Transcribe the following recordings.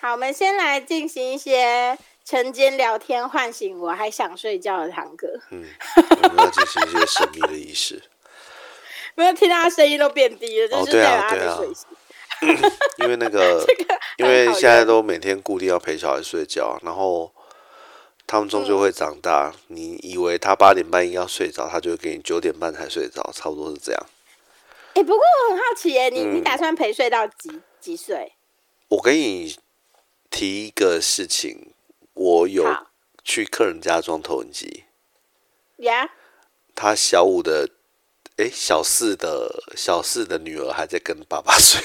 好，我们先来进行一些晨间聊天，唤醒我还想睡觉的堂哥。嗯，我们要进行一些神秘的仪式，没有听到他声音都变低了，就哦是对啊了他对的啊水性。因为那个，因为现在都每天固定要陪小孩睡觉，然后他们终究会长大。你以为他八点半应该要睡着，他就会给你九点半才睡着，差不多是这样。哎、不过我很好奇耶，你、嗯你打算陪睡到几几岁？我给你提一个事情，我有好去客人家装投影机，呀、啊他小五的，哎、小四的小四的女儿还在跟爸 爸睡。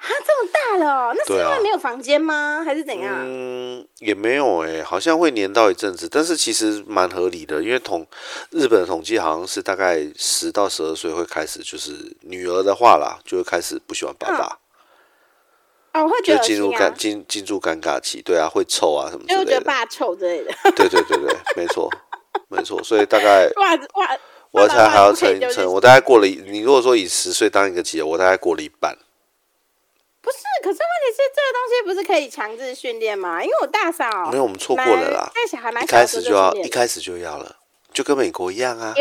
啊，这么大了哦、那是对因啊为没有房间吗？还是怎样？嗯，也没有诶、好像会黏到一阵子，但是其实蛮合理的，因为统日本的统计好像是大概十到十二岁会开始，就是女儿的话啦，就会开始不喜欢爸爸，哦，我会觉就得恶进入心尴啊，进进入尴尬期，对啊，会臭啊什么之就会觉类得的，爸臭之类的。 对对对对，没错没错，所以大概袜子袜，我爸猜爸还要不可以撑丢一进撑，去我大概过了一，你如果说以十岁当一个节，我大概过了一半，不是，可是问题是这个东西不是可以强制训练吗？因为我大嫂没有我们错过了啦蛮带小孩蛮一小开的时始候就就要训一练开始就要了，就跟美国一样啊，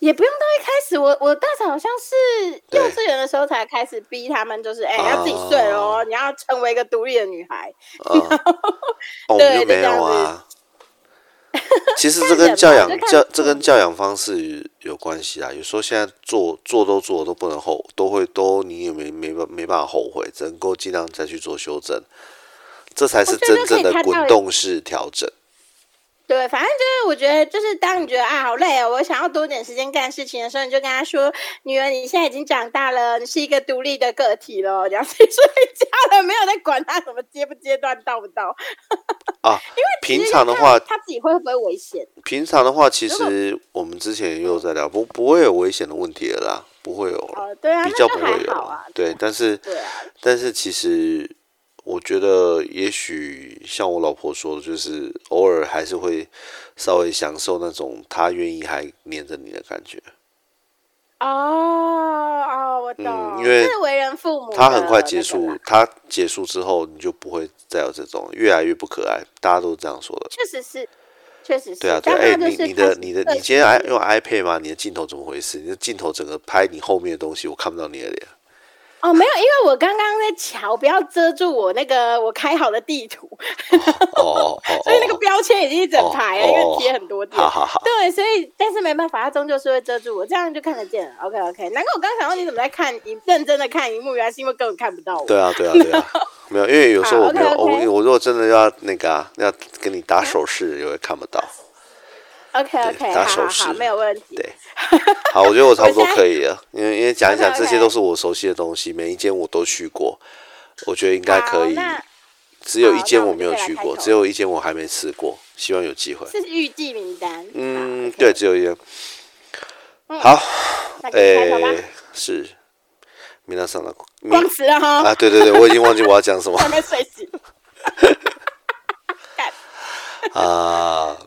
也不用到一开始，我我大嫂好像是对幼稚园的时候才开始逼他们，就是哎、哦要自己睡哦，你要成为一个独立的女孩。啊，哦，我对们就就这没有样 啊。其实这看人跟吧教养就看教父这跟教养方式有关系啊。有时候现在做做都做都不能后，都会都你也没没办没办法后悔，只能够尽量再去做修正，这才是我觉得真正哦可的以看到滚动式调整。对，反正就是我觉得，就是当你觉得啊好累哦，我想要多点时间干事情的时候，你就跟他说：“女儿，你现在已经长大了，你是一个独立的个体了，哦你要自己睡觉了，没有在管他什么阶不阶段到不到。啊，平常的就是话，他他自己会不会危险？平常的话，其实我们之前也有在聊，不不会有危险的问题了啦，不会有了，嗯哦，对啊，比那较就不还会有好了啊。。对，但是对啊，但是其实我觉得，也许像我老婆说的，就是偶尔还是会稍微享受那种她愿意还黏着你的感觉。哦哦，我懂，嗯因为这是为人父母的啊那她个啦，很快结束，她结束之后，你就不会再有这种越来越不可爱，大家都这样说的。确实是，确实是。对啊，对但啊，哎、他就是你你开的始你的对你今天 i 用 iPad 吗？你的镜头怎么回事？你的镜头整个拍你后面的东西，我看不到你的脸。哦，没有，因为我刚刚在瞧，不要遮住我那个我开好的地图，哦哦哦所以那个哦，标签已经一整排了，哦因哦为贴很多点。好好好，对，所以但是没办法，它终究是会遮住我，这样就看得见了。OK OK，难怪我刚想说你怎么在看荧，认真的看荧幕，原来是因为根本看不到我。对啊，对啊， 对啊，没有，因为有时候好我没有，我 OK，OK 我如果真的要那个啊，要跟你打手势，也会看不到。 OK 对 OK，好打手好势好，没有问题。对好，我觉得我差不多我现在可以了，因为因为讲一讲 OK，OK 这些都是我熟悉的东西，每一间我都去过，我觉得应该可以好。那只有一好间那我我们就没有可以去来过，开头只有一间我还没吃过，希望有机会。这是预计名单。嗯，好，OK，对，只有一间。嗯好，那可以开头吧。诶，是，米娜桑的光吃了哈，啊，对对对，我已经忘记我要讲什么。还没睡醒。 啊、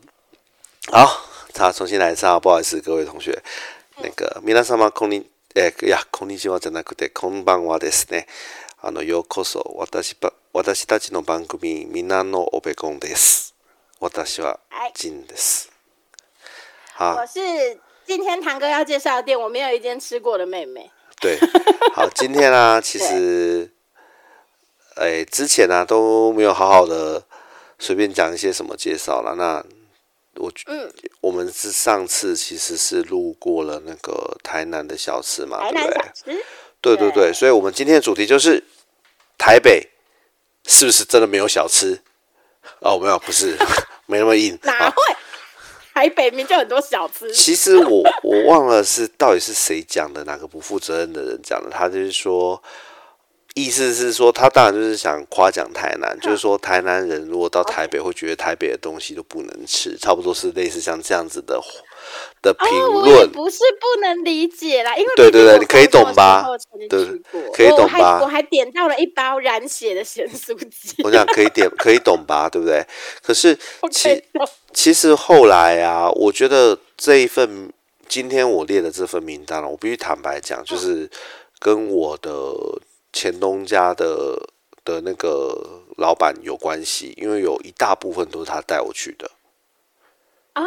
好，他重新来一次啊，不好意思，各位同学。那个皆様こんにえーいやこんにちはじゃなくてこんばんはですね。あのようこそ私ば私たちの番組みんなのオペコンです。私ははいジンです。好啊我，是今天堂哥要介绍的店，我没有一间吃过的妹妹。对，好，今天呢、其实，哎，之前呢、都没有好好的随便讲一些什么介绍了。那我觉嗯，我们是上次其实是路过了那个台南的小吃嘛，台对南不小啊对？吃，对对对，所以我们今天的主题就是台北是不是真的没有小吃？哦，没有，不是， 没那么硬。哪 啊会？台北明就很多小吃。其实我 我忘了是到底是谁讲的，哪个不负责任的人讲的。他就是说，意思是说，他当然就是想夸奖台南，嗯就是说台南人如果到台北会觉得台北的东西都不能吃，差不多是类似像这样子的的评哦，我也论。不是不能理解啦，因为对毕竟对对我你可以高中懂的吧时候曾经对去过可以我懂还吧我还点到了一包染血的咸酥鸡，我想可以点可以懂吧，对不对？可是 我 可以其懂其实后来啊，我觉得这一份今天我列的这份名单了，我必须坦白讲，就是跟我的前东家的的那个老板有关系，因为有一大部分都是他带我去的。哦，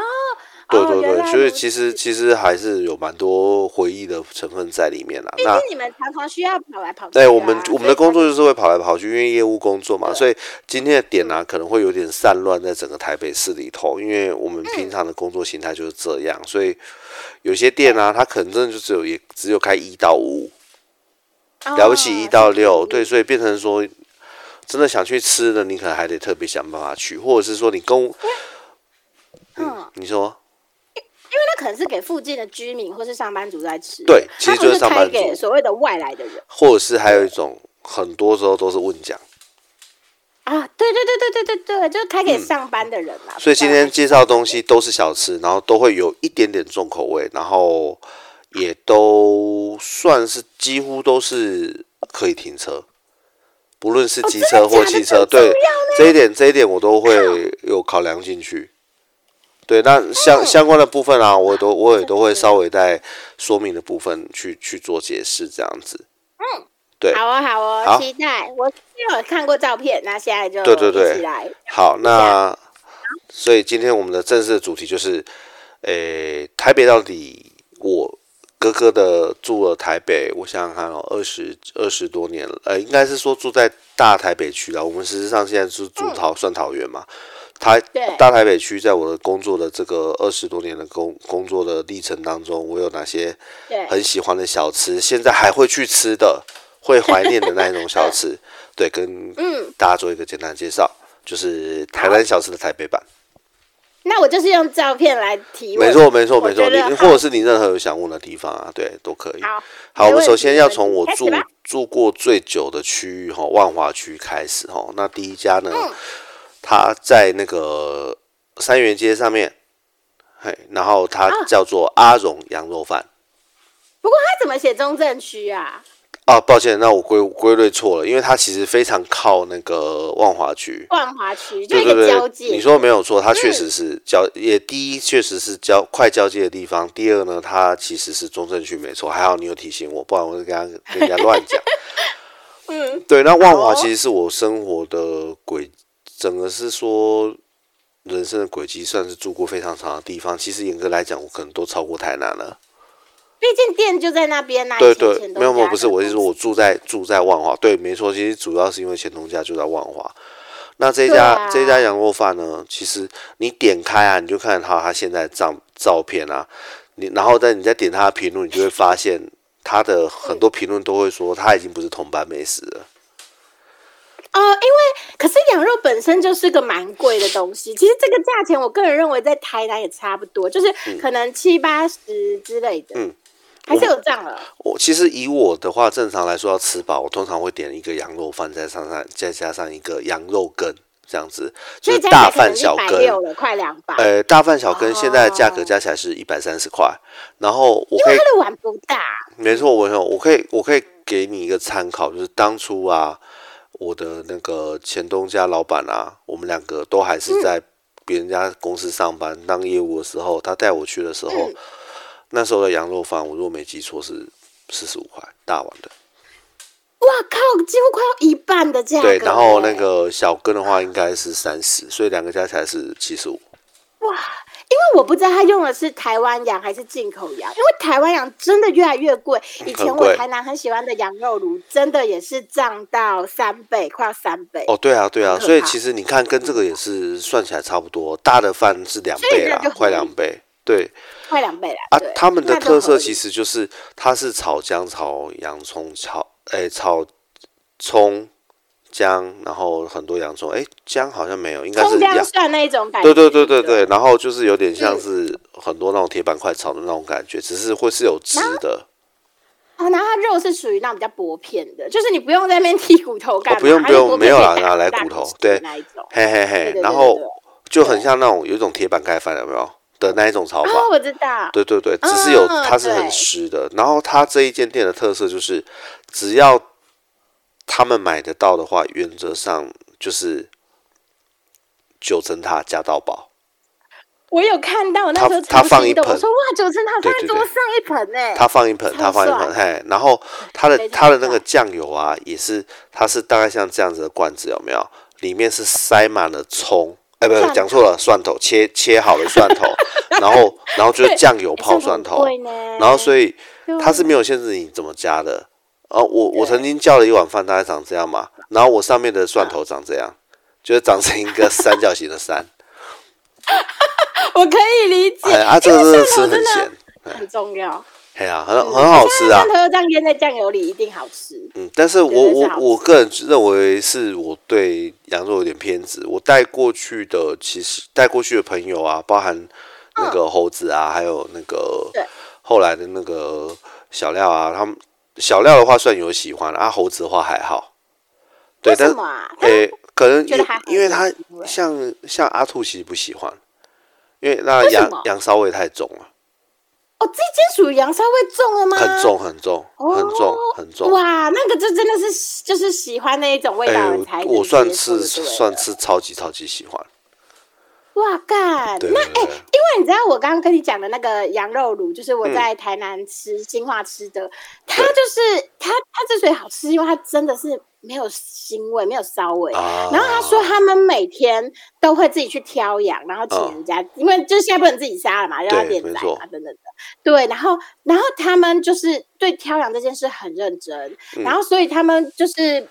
对哦对原对，来所以如此其实其实还是有蛮多回忆的成分在里面啦。啊毕那竟你们常常需要跑来跑去、啊。对，哎我们我们的工作作就是会跑来跑去，因为业务工作嘛，所以今天的点呢、可能会有点散乱在整个台北市里头，因为我们平常的工作形态就是这样，所以有些店啊，它可能真的就只有也只有开一到五，哦了不起一到六，对，所以变成说，真的想去吃的，你可能还得特别想办法去，或者是说你跟我，嗯嗯，你说因为那可能是给附近的居民或是上班族在吃，对它其实不就是是上班开给族所谓的外来的人或者是还有一种，很多时候都是问讲。啊，对对对对对对对，就是开给上班的人啦。嗯所以今天介绍的东西都是小吃，然后都会有一点点重口味，然后也都算是几乎都是可以停车，不论是机车或汽车，哦真的假的这对么重要呢这一点这一点我都会有考量进去。对，那嗯相相关的部分啊，我都哦我也都会稍微在说明的部分去去做解释，这样子。对好哦好哦，好期待。我因为有看过照片，那现在就对对对一起来。好，那所以今天我们的正式的主题就是，诶、台北到底我哥哥的住了台北，我想想看哦，二十二十多年了，呃，应该是说住在大台北区啦。我们实际上现在是住桃、算桃园嘛，台对大台北区，在我的工作的这个二十多年的工工作的历程当中，我有哪些对，很喜欢的小吃，现在还会去 吃的，会怀念的那一种小吃，对，跟嗯大家做一个简单的介绍，就是台湾小吃的台北版。那我就是用照片来提问。没错，没错，我没错，觉你得你好或者是你任何有想问的地方啊，对，都可以。好，好，我没们问首题先没要问从题我开始住吧住过最久的区域哈，万华区开始哈。那第一家呢，嗯它在那个三元街上面，嘿，然后它啊叫做阿荣羊肉饭。不过他怎么写中正区啊？啊，抱歉，那我归归类错了，因为它其实非常靠那个万华区，万华区哦就对一对个交对，界。嗯你说没有错，它确实是交，也第一确实是交快交界的地方，第二呢，它其实是中正区没错，还好你有提醒我，不然我就跟他跟人家乱讲。 嗯，对，那万华哦其实是我生活的轨，整个是说人生的轨迹，算是住过非常长的地方。其实严格来讲，我可能都超过台南了。毕竟店就在那边呐。对以前对钱，东没有没有，家不是，的我是公说司我住在住在万华，对，没错，其实主要是因为钱东家就在万华。那这一对家、啊这一家羊肉饭呢，其实你点开啊，你就看到他现在的照照片啊，你然后再你再点他的评论，你就会发现他嗯的很多评论都会说他已经不是同班美食了。哦，因为可是羊肉本身就是个蛮贵的东西，其实这个价钱我个人认为在台南也差不多，就是可能七八十之类的，嗯还是有这样了。我其实以我的话，正常来说要吃饱，我通常会点一个羊肉饭，再上上再加上一个羊肉羹，这样子就所是以加起大来可饭能小一羹百。六了，快两百。因呃，大饭小羹现在的价格哦加起来是一百三十块，然后我可为以，它的碗不大，没错，我有，我可以，我可以给你一个参考，就是当初啊，我的那个前东家老板啊，我们两个都还嗯是在别人家公司上班当业务的时候，他带我去的时候，嗯那时候的羊肉饭，我如果没记错是四十五块大碗的，哇靠，几乎快要一半的价格欸对，耶。然后那个小羹的话应该是三十，所以两个加起来是七十五。因为我不知道他用的是台湾羊还是进口羊，因为台湾羊真的越来越贵。以前嗯很我贵台南很喜欢的羊肉炉，真的也是涨到三倍，快要三倍。哦，对啊，对啊，很可所以怕嗯其实你看，跟这个也是算起来差不多，大的饭是两所以倍那啦就，合快理两倍。对快两倍了啊对，他们的那就特合色理其实就是它是炒姜、炒洋葱、炒诶、炒葱、姜，然后很多洋葱。诶，姜好像没有，应该葱是姜洋。蒜那一种感觉。对对对对对，然后就是有点像嗯是很多那种铁板块炒的那种感觉，只是会是有汁的。哦啊，然后它肉是属于那种比较薄片的，就是你不用在那边剔骨头干嘛、不用它不就用薄没片有可以啦打拿来打骨头汁对那一种。嘿嘿对嘿，对然对后对就很像那种有一种铁板盖饭有没有的那一种炒法。哦，我知道，对对对，只是有嗯它是很对湿的。然后它这一间店的特色就是，只要他们买得到的话，原则上就是九层塔加到饱。我有看到，我那时候他他放超激一动盆我说哇，九层塔放对对在对桌上一盆哎呢、他放一盆，他超放一盆，嘿，然后他的非常他的那帅个酱油啊，也是，它是大概像这样子的罐子，有没有？里面是塞满了葱，哎，不蒜不，头讲错了，蒜头，切切好的蒜 头，然后然后就是酱油泡蒜头，然后以所以它是没有有限制你怎么加的。啊，我我对曾经叫了一碗饭，大概长这样嘛，然后我上面的蒜头长这样，就是长成一个三角形 的山，我可以理解，哎啊，这个因真为蒜的吃头真很的嗯咸，很重要，哎呀，很很好吃啊蒜。头这样腌在酱油里一定好吃。嗯，但是我对对是我好吃我个人认为是我对羊肉有点偏执。我带过去的其实带过去的朋友啊，包含那个猴子啊，还有那个嗯对后来的那个小廖啊，他们小廖的话算有喜欢啊，猴子的话还好。对，为但什是么啊？诶、可能觉因得还好因为他不会像像阿兔其实不喜欢，因为那为什羊么羊骚味太重了，哦，这间属于羊骚味重了吗？很，重很重哦、很重很重。哇，那个就真的是就是喜欢那一种味道哎的人我才能接受就对了、我算是算是超级超级喜欢。哇干，对那对对哎、因为你知道我刚刚跟你讲的那个羊肉卤，就是我嗯在台南吃、新化吃的，它就是它它之所以好吃，因为它真的是没有腥味，没有骚味。啊然后他说，他们每天都会自己去挑羊，然后请人家，因为就是现在不能自己杀了嘛，让他嗯对练没宰错嘛，等等的。对，然后然后他们就是对挑羊这件事很认真，嗯然后所以他们就是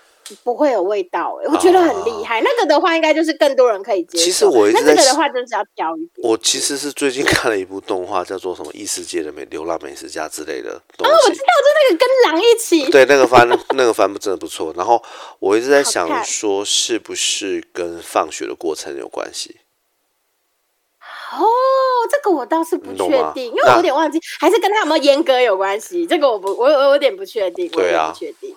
不会有味道、欸，我觉得很啊厉害。那个的话，应该就是更多人可以接受。其实我一直那在这个的想话，就是要挑一点。我其实是最嗯近看了一部动画，叫做什么《异世界的美流浪美食家》之类的东哦，我西知。道，就那个跟狼一起。对，那个番那个番真的不错。然后我一直在好想，看说是不是跟放学的过程有关系？哦，这个我倒是不你懂确吗定，因为那我有点忘记，还是跟他有没有阉割有关系。这个我不，我我有点不确定，我有对点啊嗯不确定。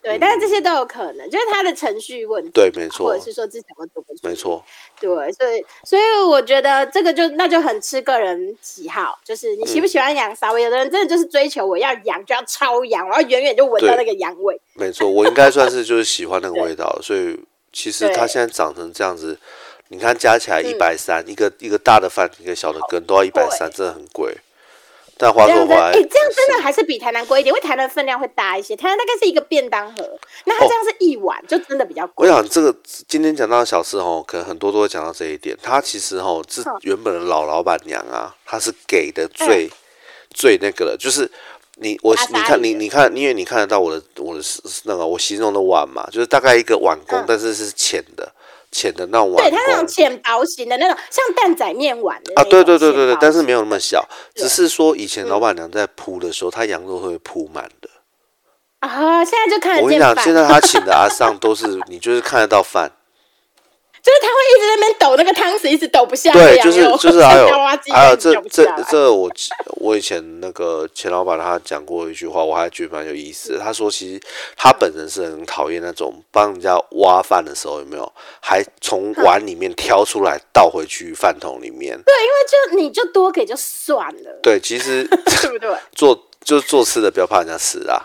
对，但是这些都有可能，就是他的程序问题，对，没错或者，是说之前我读过去，没，错。对，所以所以我觉得这个就那就很吃个人喜好，就是你喜嗯不喜欢羊骚味，有的人真的就是追求我要羊就要超羊，我要远远就闻到那对个羊味，没错，我应该算是就是喜欢那个味道，所以其实它对现在长成这样子，你看加起来一嗯百三，一个一个大的饭，一个小的羹都要一百三，真的很贵。但话这说样回真来，哎、这样真是的还是比台南贵一点，因为台南分量会大一些，台南大概是一个便当盒，那它这样是一碗，就真的比较我贵。想这个今天讲到小吃哦，可能很多都会讲到这一点。他其实哦，是嗯原本的老老板娘啊，她是给的最、最那个的，就是你我阿你莎看莉你的你看，因为你看得到我的我的那个我形容的碗嘛，就是大概一个碗工，嗯但是是浅的浅的那种碗对，它那种工浅薄型的那种，像蛋仔面碗的啊，那对种对对对对浅，薄但是没有那么小，对嗯只是说以前老板娘在铺的时候，她羊肉会铺满的。啊，现在就看得我跟见你讲，饭现在她请的阿桑都是你就是看得到饭。就是他会一直在那边抖那个汤匙，一直抖不下啊来对，羊就是肉就是还有像啊娃娃机还有一直这抖不这下来这我我以前那个钱老板他讲过一句话，我还觉得蛮有意思的。他说其实他本人是很讨厌那种帮人家挖饭的时候有没有，还嗯从碗里面挑出来倒回去饭桶里面。对，因为就你就多给就算了，对，其实 对不对？做就是做吃的不要怕人家吃啊，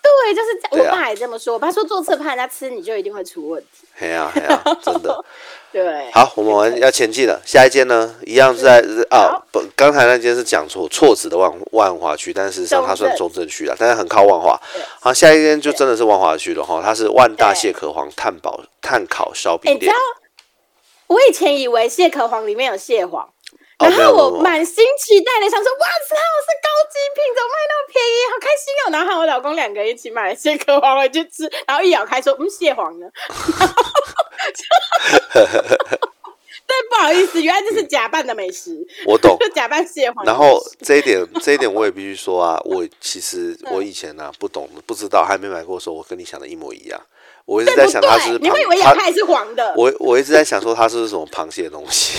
对，就是这对样。啊我爸也这么说，我爸说做次怕人家吃，你就一定会出问题。嘿呀、嘿呀、真的。对，好，我们完要前进了。下一间呢，一样是在啊好，不，刚才那间是讲错，错指的万万华区，但事实上它算中正区了，但是很靠万华对。好，下一间就真的是万华区了哈，它是万大蟹壳皇炭宝炭烤烧哎，你饼知店道。我以前以为蟹壳黄里面有蟹黄。哦然没后有没有我满心期待的想说，哇操，是高级品，怎么卖那么便宜？好开心哦！ 然后我老公两个人一起买了蟹壳黄回去吃，然后一咬开说，嗯，蟹黄呢？ 对，不好意思，原来这是假扮的美食，我懂。 就假扮蟹黄的美食。哦然后这一点，这一点我也必须说啊，我其实我以前呢、啊、不懂，不知道，还没买过的时候，我跟你想的一模一样。我一直对在不想它是对？不你是会以为螃，咬它开是黄的，我我一直在想说它是不是什么螃蟹的东西。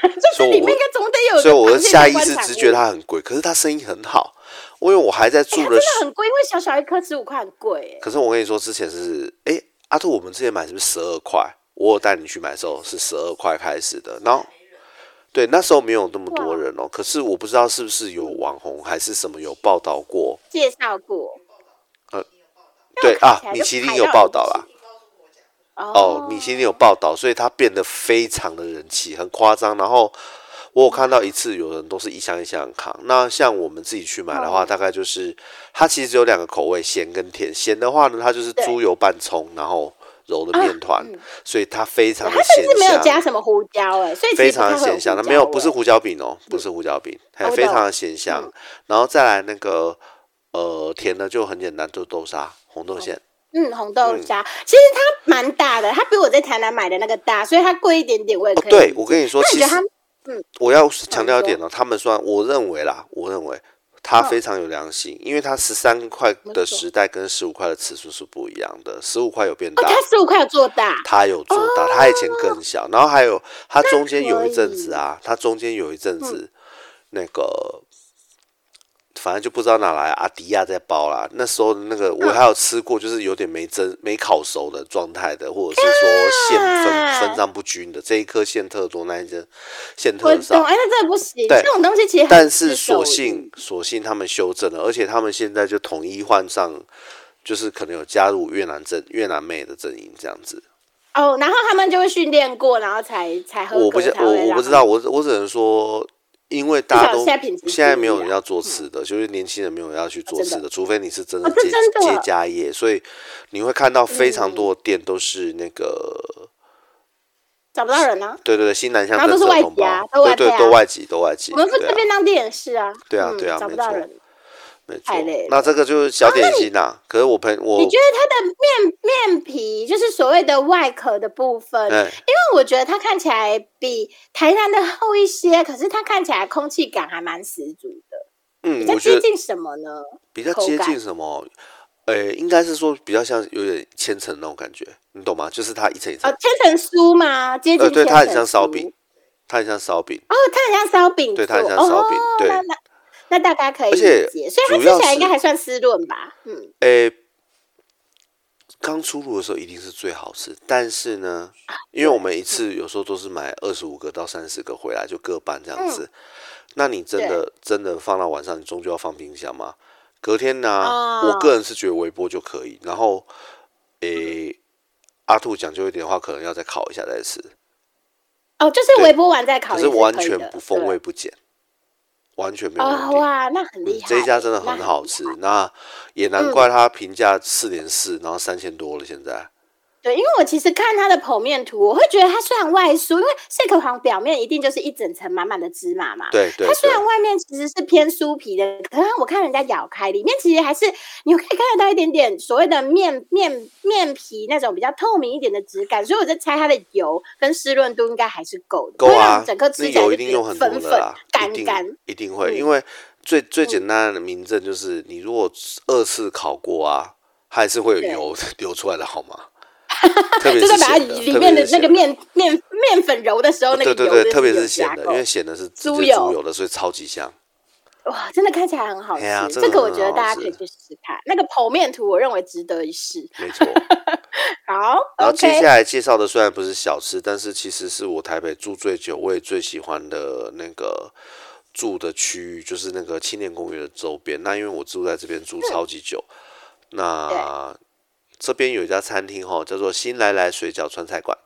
就是里所以我面应该总得有 个所以我螃蟹下的意观识赏直物觉它很贵，可是它生意很好，因为我还在哎住它的真时，的很贵，因为小小一颗十五块很贵哎。可是我跟你说之前是，哎、阿兔，我们之前买是不是十二块？我有带你去买的时候是十二块开始的，然后对那时候没有那么多哇人哦、可是我不知道是不是有网红还是什么有报道过，介绍过对看啊起，来米就其林排有到报人道啦，哦哦，米其林有报道，所以它变得非常的人气，很夸张。然后我有看到一次有人都是一箱一箱扛。那像我们自己去买的哦话，大概就是它其实只有两个口味，咸跟甜。咸的话呢，它就是对猪油拌葱，然后揉的面团，嗯所以它非常的它甚咸至没有香。加什么胡椒哎、所以其非实不常太的会咸香，有它胡没有椒不是味胡椒饼哦，不是胡椒饼，还我嗯非懂常的咸香。然后再来那个呃甜的就很简单，就豆沙红豆馅，哦嗯，红豆沙、其实它蛮大的，它比我在台南买的那个大，所以它贵一点点我也哦可以。对，我跟你说，那其你觉实得它我要强调一点你哦，他们算我认为啦，我认为它嗯非常有良心，因为它十三块没的错时代跟十五块的尺寸是不一样的，十五块有变哦，大，它十五块有做大，它有做到，它以前更小，然后还有它中间有一阵子可啊，它中间有一阵嗯子、那个，反正就不知道哪来阿迪亚在包啦。那时候那个嗯我还有吃过，就是有点没蒸、没烤熟的状态的，或者是说馅分啊分账不均的，这一颗馅特多，那一颗馅我特懂。少。哎，那真的不行，对这种东西其实 很但是吃手所艺幸所幸他们修正了，而且他们现在就统一换上，就是可能有加入越南阵越南妹的阵营这样子。哦，然后他们就会训练过，然后才才合格我不知才我会我让不知道，我我只能说，因为大家少都现在品质现在不没一有样嗯啊人要做吃的，就是年轻人没有人要去做真的吃的，除非你是真哦接这真的嗯接家业，所以你会看到非常多的店都是那个，找不到人啊。对对对，新南向然后政都策是外同籍啊胞，都外对对，配都啊外籍，都外籍，我们不对这啊，便当店也是啊，对啊嗯对啊找不没到错人。没错太累。那这个就是小点心呐、可是我朋我哦你觉得它的面面皮，就是所谓的外壳的部分，哎因为我觉得它看起来比台南的厚一些，可是它看起来空气感还蛮十足的，比嗯，较我觉接得近什么呢？比较口接感近什么？呃，应该是说比较像有点千层那种感觉，你懂吗？就是它一层一层哦，，千层酥吗？接近呃，对，千它很层像烧酥饼，它很像烧饼，哦，它很像烧饼做，对它很像烧饼哦对那那那大家可以而理且解，所以它主吃要起来应是该还算湿润吧？嗯，诶、刚出炉的时候一定是最好吃，但是呢，因为我们一次有时候都是买二十五个到三十个回来就各半这样子，嗯那你真的真的放到晚上，你终究要放冰箱吗？隔天呢、哦我个人是觉得微波就可以，然后诶、阿兔讲究一点的话，可能要再烤一下再吃，哦，就是对微波完再烤可也是可以的，完全不风对味不减，完全没有问哦，题。哇，那很嗯嗯厉，害，这一家真的那很好吃，那也难怪它评价四点四，然后三千多了现在。对，因为我其实看它的剖面图，我会觉得它虽然外酥，因为蟹壳黄表面一定就是一整层满满的芝麻嘛。对对它虽对，然外面其实是偏酥皮的，可是我看人家咬开，里面其实还是你可以看得到一点点所谓的面面面皮那种比较透明一点的质感，所以我在猜它的油跟湿润度应该还是够的，够会让啊你整个，吃那起来油就一定觉得用很多粉的粉啦，一干定干。一定会，嗯因为最最简单的明证就是，你如果二次烤过啊，还是会有对油 流出来的，好 吗？特别就是是把它咸的，里特面别的是那个咸的面面面粉揉的时候，那个对油对对，特别有是咸加的，够因为咸的是直接猪猪油油的，所以超级香。哇，真的看起来很好吃。哎呀真的这个我很觉得好大家可以吃去试试看。那个剖面图，我认为值得一试。 没错，好然后接下，OK，来介绍的虽然不是小吃，但是其实是我台北住最久，我也最喜欢的那个住的区域，就是那个青年公园的周边。那因为我住在这边住嗯超级久，那这边有一家餐厅哈，叫做新来来水饺川菜馆。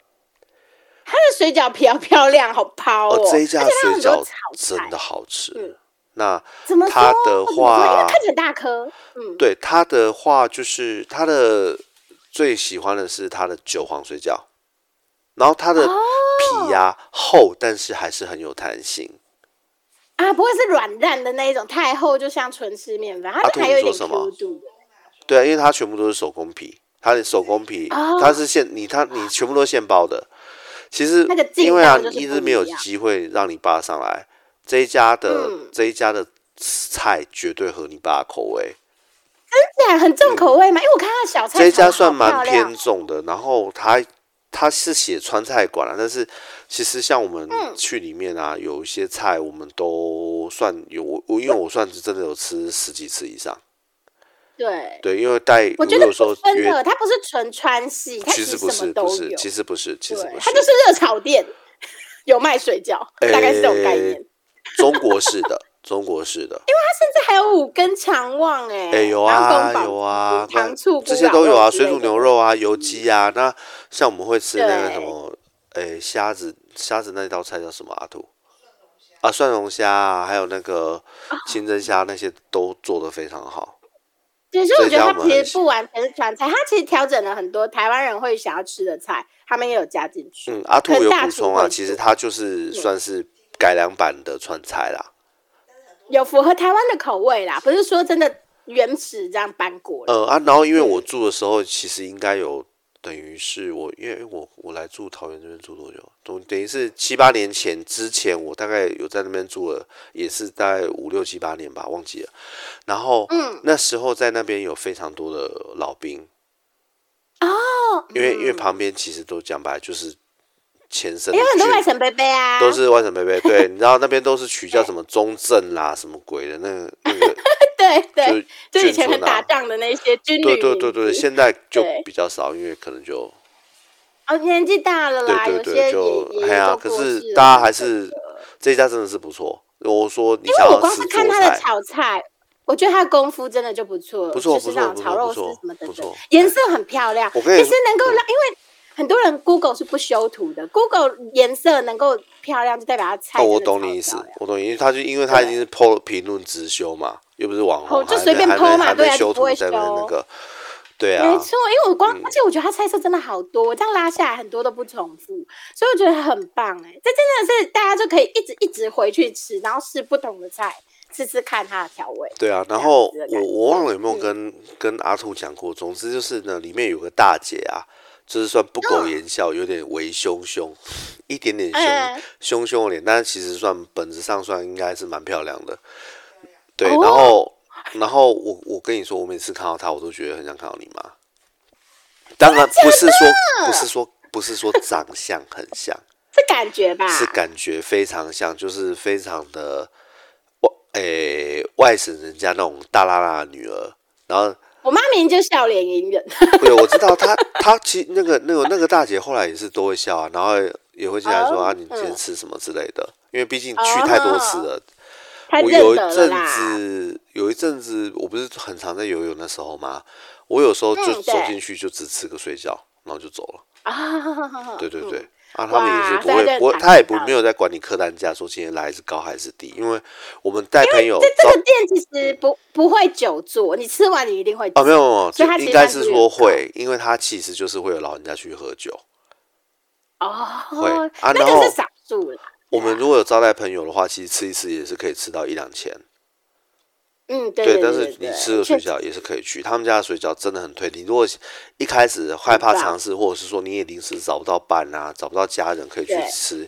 它的水饺漂漂亮，好抛哦，这一家而且它水有很多饺炒真菜的好吃。嗯那怎么它说的怎么说因为话看起来很大颗，嗯，对它的话，就是它的最喜欢的是它的韭黄水饺，然后它的哦皮呀、厚，但是还是很有弹性。啊，不会是软烂的那一种，太厚就像纯吃面粉，它阿是啊兔还有一你点说什 Q 么度。对啊，因为它全部都是手工皮，它的手工皮，哦它是现你它你全部都是现包的。其实那个劲因为啊，道就你是一不一直没有样机会让你爸上来，这一家的、嗯这一家的菜绝对合你爸的口味。看起来很重口味嘛，因为我看它的小菜嗯这一家长得好算蛮漂亮偏重的，然后它它是写川菜馆啊，但是其实像我们嗯去里面啊，有一些菜我们都算有我我因为我算是真的有吃十几次以上，对，对，因为带我觉如得果说不分啊约的，它不是纯川系，它其实不什是么不都是，有，其实不是，其实对不，它就是热炒店， 有卖水饺，大概是这种概念。诶中国式的，中国式的，这还有五根肠旺哎、哎、有然后啊宫保有啊，鸡丁嗯那糖醋这些都有啊，水煮煮牛肉啊，油鸡啊，那像我们会吃那个什嗯对么，哎、虾子虾子那道菜叫什么阿、啊、兔？啊，蒜蓉虾啊，还有那个啊清蒸虾那些都做得非常好。其实我所以觉这样得我它们其很实不完全是川菜，它其实调整了很多台湾人会想要吃的菜，他们也有加进去。嗯，阿兔很有大补厨充啊，会其实做它嗯就是算是改良版的川菜啦。有符合台湾的口味啦，不是说真的原始这样搬过来。呃啊，然后因为嗯我住的时候，其实应该有等于是我，因为我我来住桃园这边住多久？等等于是七八年前之前，我大概有在那边住了，也是大概五六七八年吧，忘记了。然后，嗯，那时候在那边有非常多的老兵，哦，因为因为旁边其实都讲白就是前身的也有很多眷外省伯伯啊，嗯都是外省贝贝，对，你知道那边都是取叫什么中正啦，什么鬼的，那个那个 对 对，就就是以前眷很村打啊仗的那些军旅对名字，对对 对，现在就对比较少，因为可能就哦年纪大了对啦，对啊有对，些就爷爷哎呀，都可过是世了大家还是这一家真的是不错。我说你因想为我要光吃是做看他的菜，炒哦菜，我觉得他的功夫真的就不错了，不错就不是那种错不炒错肉不丝错什么等不等错，颜色很漂亮，我跟你其实能够让，因为很多人 Google 是不修图的，Google 颜色能够漂亮，就代表它菜真哦，的我超懂你意思漂亮，我懂你意思，他就因为他已对经是 PO 评论直修嘛，又不是网红，哦就还随没便还 po 没嘛还对没啊修就不图会在那边那修个，对啊没，错，因为我光，而且我觉得它菜色真的好多，我这样拉下来很多都不重复，所以我觉得很棒哎、这真的是大家就可以一直一直回去吃，然后试不同的菜，吃吃看它的调味。对啊，然样后子的我感嗯我忘了有没有跟、跟阿兔讲过，总之就是呢，里面有个大姐啊，就是算不苟言笑，有点微凶凶，一点点凶、嗯凶凶的脸，但是其实算本质上算应该是蛮漂亮的。对，哦然后然后我我跟你说，我每次看到她，我都觉得很想看到你妈。当然不是说不是说不是说长相很像，是感觉吧？是感觉非常像，就是非常的外诶、外省人家那种大拉拉的女儿。然后，我妈明明就笑脸迎人， 对，我知道她她其实那个那个那个大姐后来也是都会笑啊，然后也会进来说、哦啊，你今天嗯吃什么之类的，因为毕竟去太多次了。她我认有一得了阵啦。子，有一阵子，我不是很常在游泳那时候吗？我有时候就嗯对走进去就只吃个睡觉，然后就走了。啊， 对对对，嗯，啊，他们也是哇不所以会他就不会，很他也不常看到没有在管你客单价，说今天来是高还是低，因为我们带朋友这招这个店其实不不会久坐，你吃完你一定会啊，没有没有，所就以他其应实该算是是说有会，因为他其实就是会有老人家去喝酒。会哦啊，那然就后是少数了。我们如果有招待朋友的话，其实吃一次也是可以吃到一两千，嗯，对对对但是对你对吃个确水实饺也是可以去，他们家的水饺真的很推。你如果一开始害怕很棒尝试，或者是说你也临时找不到伴啊，找不到家人可以去对吃，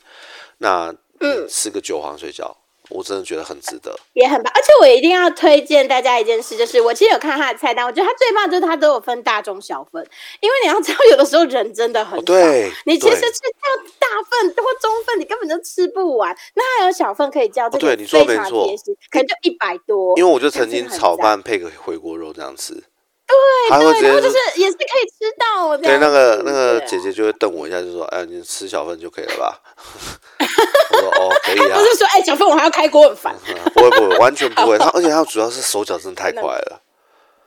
那嗯你吃个九皇水饺，我真的觉得很值得。也很棒，而且我一定要推荐大家一件事，就是我其实有看他的菜单，我觉得他最棒就是他都有分大中小份，因为你要知道，有的时候人真的很哦少，对你其实对去叫大份或中份，你根本就吃不完。那还有小份可以叫，这哦对个你说非得没常错贴心，可能就一百多，因为我就曾但是经很炒赞饭配个回锅肉这样吃，对他会对，直接然后就是是也是可以吃到这对样那子。个那个对啊姐姐就会瞪我一下，就说：“哎，你吃小份就可以 了吧？”我说：“哦，可以啊不，是说哎、小份我还要开锅很烦，嗯不会不会，完全不 会。他而且他主要是手脚真的太快了，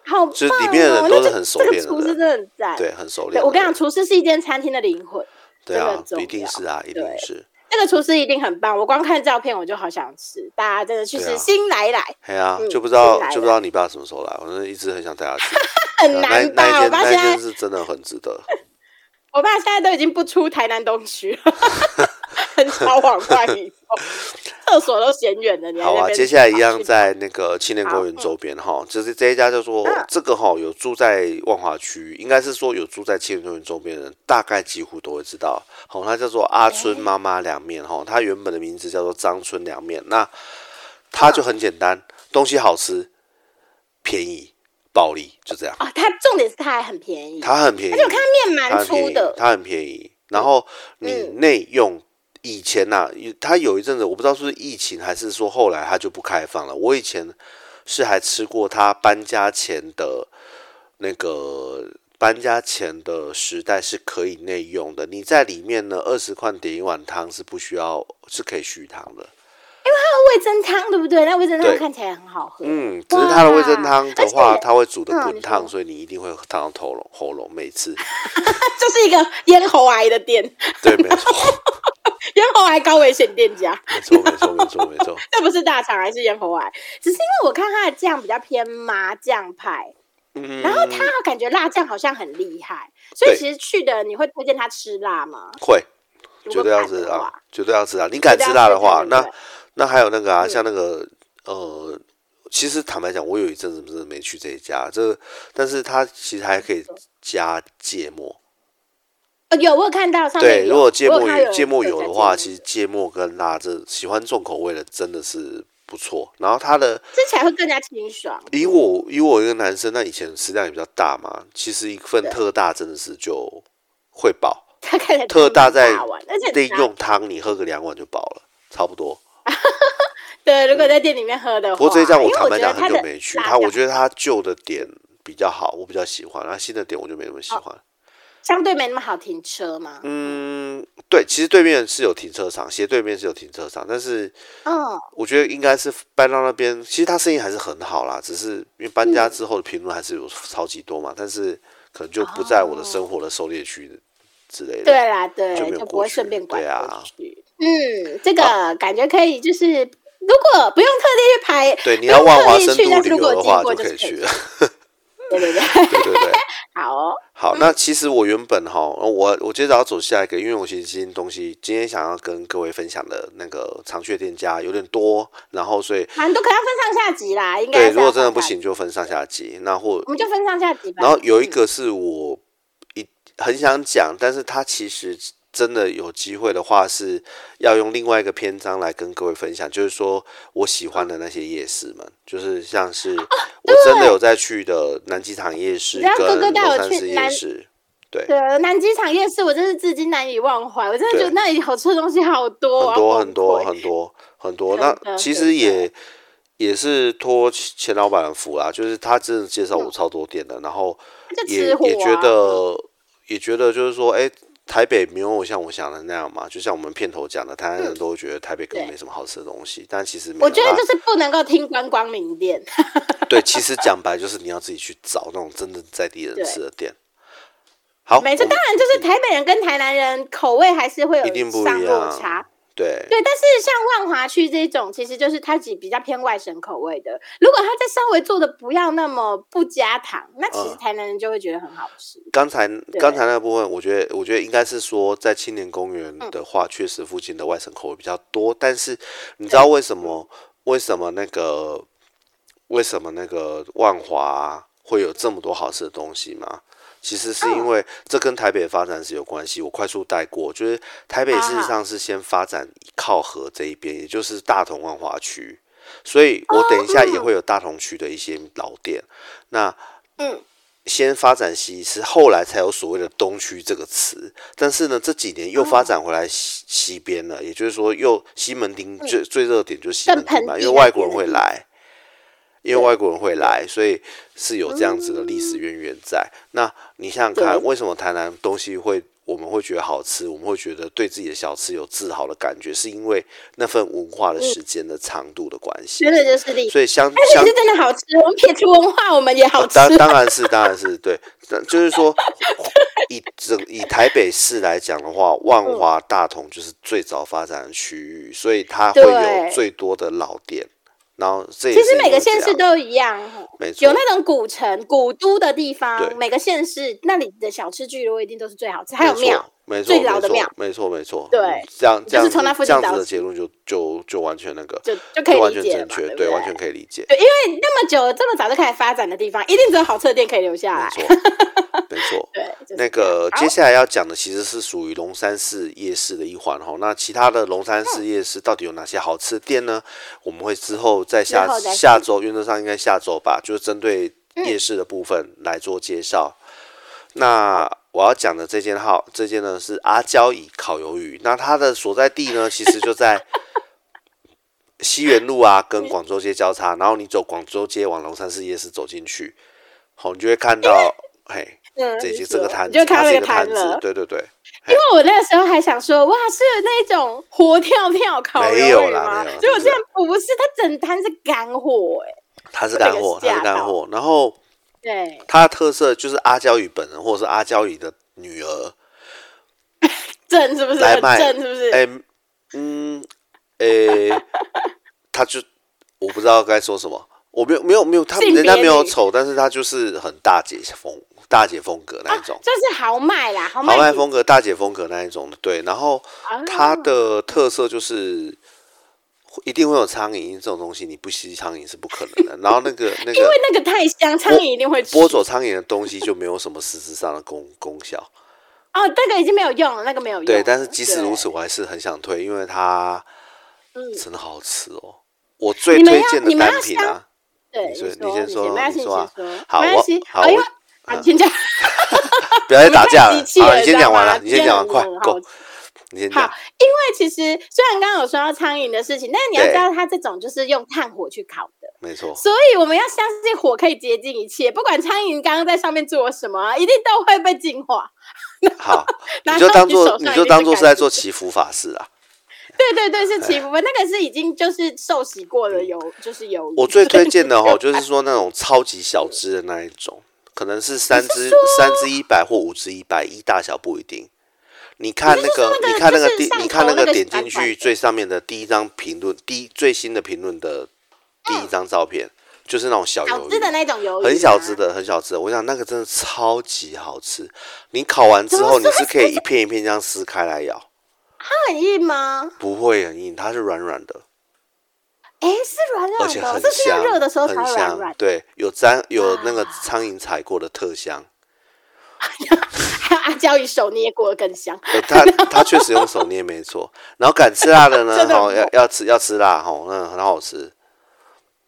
好棒、哦！就是里面的人都是很熟那练这的这个厨师真人的很赞。对，很熟对练。我跟你讲，，厨师是一间餐厅的灵魂。对真的啊很，重一定要是啊，一定对是。那个厨师一定很棒，我光看照片我就好想吃，大家真的去对啊吃，新来来哎呀，嗯就不知道新来就不知道你爸什么时候来，我真的一直很想带他去。很呃那难那一吧？我天爸那现一天在是真的很值得。我爸现在都已经不出台南东区了， 很少往外移动，厕所都嫌远了。你还好在那啊，边接下来一跑样去在那个青年好公园周边哈，就是这一家叫做嗯这个哈，有住在万华区，应该是说有住在青年公园周边的人，大概几乎都会知道。好，它叫做阿春妈妈凉面哈，它原本的名字叫做张春凉面。那它就很简单，东西好吃，便宜，暴利，就这样。哦，它重点是它还很便宜，它很便宜，而且我看它面它蛮很便粗宜的，，嗯它很便宜。然后你内用，以前呐、有它有一阵子我不知道是不是疫情，还是说后来它就不开放了。我以前是还吃过它搬家前的那个搬家前的时代是可以内用的，你在里面呢二十块点一碗汤是不需要是可以续汤的。那味噌汤对不对？那味噌汤对看起来很好喝，嗯，只是它的味噌汤的哇而话，且它会煮的嗯滚你烫，说所以你一定会烫到喉咙喉咙每次。就是一个咽喉癌的店，对，没错。咽喉癌高危险店家，没错没错没错没错，那不是大肠癌，是咽喉癌。只是因为我看它的酱比较偏麻酱派，嗯然后它感觉辣酱好像很厉害，所以对其实去的你会推荐他吃辣吗？会如绝果对要敢吃的辣话，绝对要吃辣。你敢绝对吃要辣吃的话辣，啊对啊那不对嗯那还有那个啊，像那个呃，其实坦白讲，我有一阵子真的没去这一家，这个但是它其实还可以加芥末。呃，有我有看到上面对，有如果芥我有末看有有芥末有有在的话，芥其末实芥末跟辣这喜欢重口味的真的是不错。然后它的吃起来会更加清爽。以我以我一个男生，那以前食量也比较大嘛，其实一份对特大真的是就会饱，它看起来特大在碗，而且得拿用汤你喝个两碗就饱了，差不多。对，如果在店里面喝的话，不过这一家因我为坦白觉得讲很它久的没去，辣它我酱觉得它旧的点比较好，我比较喜欢，然后新的点我就没那么喜哦欢。相对没那么好停车嘛。嗯，对，其实对面是有停车场，斜对面是有停车场，但是嗯，我觉得应该是搬到那边，其实他生意还是很好啦，只是因为搬嗯家之后的评论还是有超级多嘛，但是可能就不在我的生活的狩猎区之类的。哦 对啦，对，就没就有不过会去顺便拐对啊过去。嗯，这个感觉可以，就是如果不用特地去排， 对，不你用要万华特地深去，度但旅是如游果经的话，过就可以去去。了。 对对对， 对对对，好哦，好，那其实我原本哈，呃我我接着要走下一个，因为我其实今天东西今天想要跟各位分享的那个长雀店家有点多，然后所以蛮多，可能要分上下集啦，应该对，是如果要真的分嗯不上行就分上下集，那或我们就分上下集吧。然后有一个是我一很想讲，但是他其实真的有机会的话，是要用另外一个篇章来跟各位分享，就是说我喜欢的那些夜市们，就是像是我真的有在去的南机场夜市哦你知道哥哥跟带我龙山去寺夜南市，对，嗯对，南机场夜市我真是至今难以忘怀，我真的觉得对那里好吃的东西好多，很多我要很多啊崩溃很多很多。真的那其真的实也也是托钱老板的福啦，就是他真的介绍我超多店的，然后就也嗯吃货啊也觉得也觉得就是说，哎、台北没有像我想的那样嘛，就像我们片头讲的，台湾人都会觉得台北根本嗯对没什么好吃的东西，但其实没有我觉得它就是不能够听观光名店，对，其实讲白就是你要自己去找那种真正在地人对吃的店。好，没错，我当们然就是台北人跟台南人口味还是会有一定不上一落样差。对对，但是像万华区这种，其实就是它比比较偏外省口味的。如果它再稍微做的不要那么不加糖，那其实嗯台南人就会觉得很好吃。刚才刚才那个部分，我觉得我觉得应该是说，在青年公园的话，确实附近的外省口味比较多。但是你知道为什么？为什么那个为什么那个万华啊会有这么多好吃的东西吗？其实是因为这跟台北的发展是有关系。我快速带过，就是台北事实上是先发展靠河这一边，也就是大同万华区，所以我等一下也会有大同区的一些老店。那嗯，先发展西是后来才有所谓的东区这个词。但是呢，这几年又发展回来西、西边嗯了，也就是说，又西门町最、最热点就是西门町嘛，更盆地因为外国人会来，因为外国人会来，所以是有这样子的历史渊源在。那你想想看，嗯对为什么台南东西会？我们会觉得好吃，我们会觉得对自己的小吃有自豪的感觉，是因为那份文化的时间的长度的关系。真的就是厉害，所以相而且相嗯是真的好吃。我们撇除文化，我们也好啊吃。当当然是，当然是对，但就是说，以整以台北市来讲的话，万嗯华、大同就是最早发展的区域，所以它会有对最多的老店。然后这也其是实因每个为这县市样都一样哦，啊没错有那种古城、古都的地对方，每个县市那里的小吃聚落一定都是最好吃，还有没错庙。，没错，最没老错，的庙没错，没错，对嗯这样就这样是从那子附这近样找子的起结论就就就完全那个，就就可以完理全解了正嘛确，对不对，完对全可以理解，对，因为那么久、这么早就开始发展的地方，一定只有好吃的店可以留下没来。错，啊 没错。对，就是那个好接下来要讲的其实是属于龙山寺夜市的一环哈。那其他的龙山寺夜市到底有哪些好吃的店呢？我们会之后在下之后再说嗯下周原则上应该下周吧，就是针对夜市的部分来做介绍。那我要讲的这间号，这间呢是阿娇乙烤鱿鱼。那它的所在地 呢，其实就在西园路啊，跟广州街交叉。然后你走广州街往龙山寺夜市走进去，好，你就会看到，嘿，嗯这你些说这个摊你子，就看它到是那一个个摊摊子了，。对 对对，因为我那时候还想说，哇，是那种活跳跳烤鱿没有鱼啦吗没有啦？结果真的竟然不是，它整摊是干货哎、它是干这个货，是它是吓干到货。然后对，它的特色就是阿娇鱼本人，或者是阿娇鱼的女儿正是不是？来很卖正是不是？哎、嗯，诶、他就我不知道该说什么，我没有没有没有，他性别人家没有女丑，但是他就是很大姐风大姐风格啊那一种。就是豪迈啦，豪迈豪迈风格、大姐风格那一种的，对。然后啊它的特色就是会一定会有苍蝇，因为这种东西你不吸苍蝇是不可能的。然后那个那因个为那个太香，苍蝇一定会吃剥走苍蝇的东西就没有什么实质上的功功效，哦，那个已经没有用了，那个没有用了。对。但是即使对如，此，我还是很想推，因为它真的好好吃哦。我嗯你最们推要荐的你们要单品香啊，对，你说说，你先说没关系，你你说啊先说好没我关系。好哎呦我啊，你先讲，不要再你打太架 了急气好，了你先知讲道完吗了，你先今天讲完，很快冷好够，你先好，讲。因为其实虽然刚刚有说到苍蝇的事情，但是你要对知道，它这种就是用炭火去烤的，没 错，所以我们要相信火可以洁净一切，不管苍蝇刚刚在上面做了什么啊，一定都会被净化。好，拿你就到当你做手你上就已经当做感是在觉做祈福法事啊。对对对，是 祈福分，那个是已经就是受洗过的油，就是油。嗯我最推荐 的哦，就是说那种超级小只的那一种，可能是三只、三只一百或五只一百，一大小不一定。你看那你是个，你说那个看那个就是第，上你看头那个那个点小进板去板最上面的第一张评论，第一最新的评论的第一张照片，就是那种小嗯小鱿只的鱼，那种鱿鱼，啊很小只。的，很小只的。我想那个真的超级好吃，你烤完之后怎么你说是可以一片一片这样撕开来咬，它很硬吗？不会很硬，它是软软的。哎，是软而软且的哦，很这是要香，热的时候才很会软香软，的。啊对，有沾有那个哇苍蝇踩过的特香，还有阿娇一手捏过更香。呃、它它确实用手捏没错。然后敢吃辣的呢， 真的哈、很要猛要吃要吃辣哈、吼那很好吃，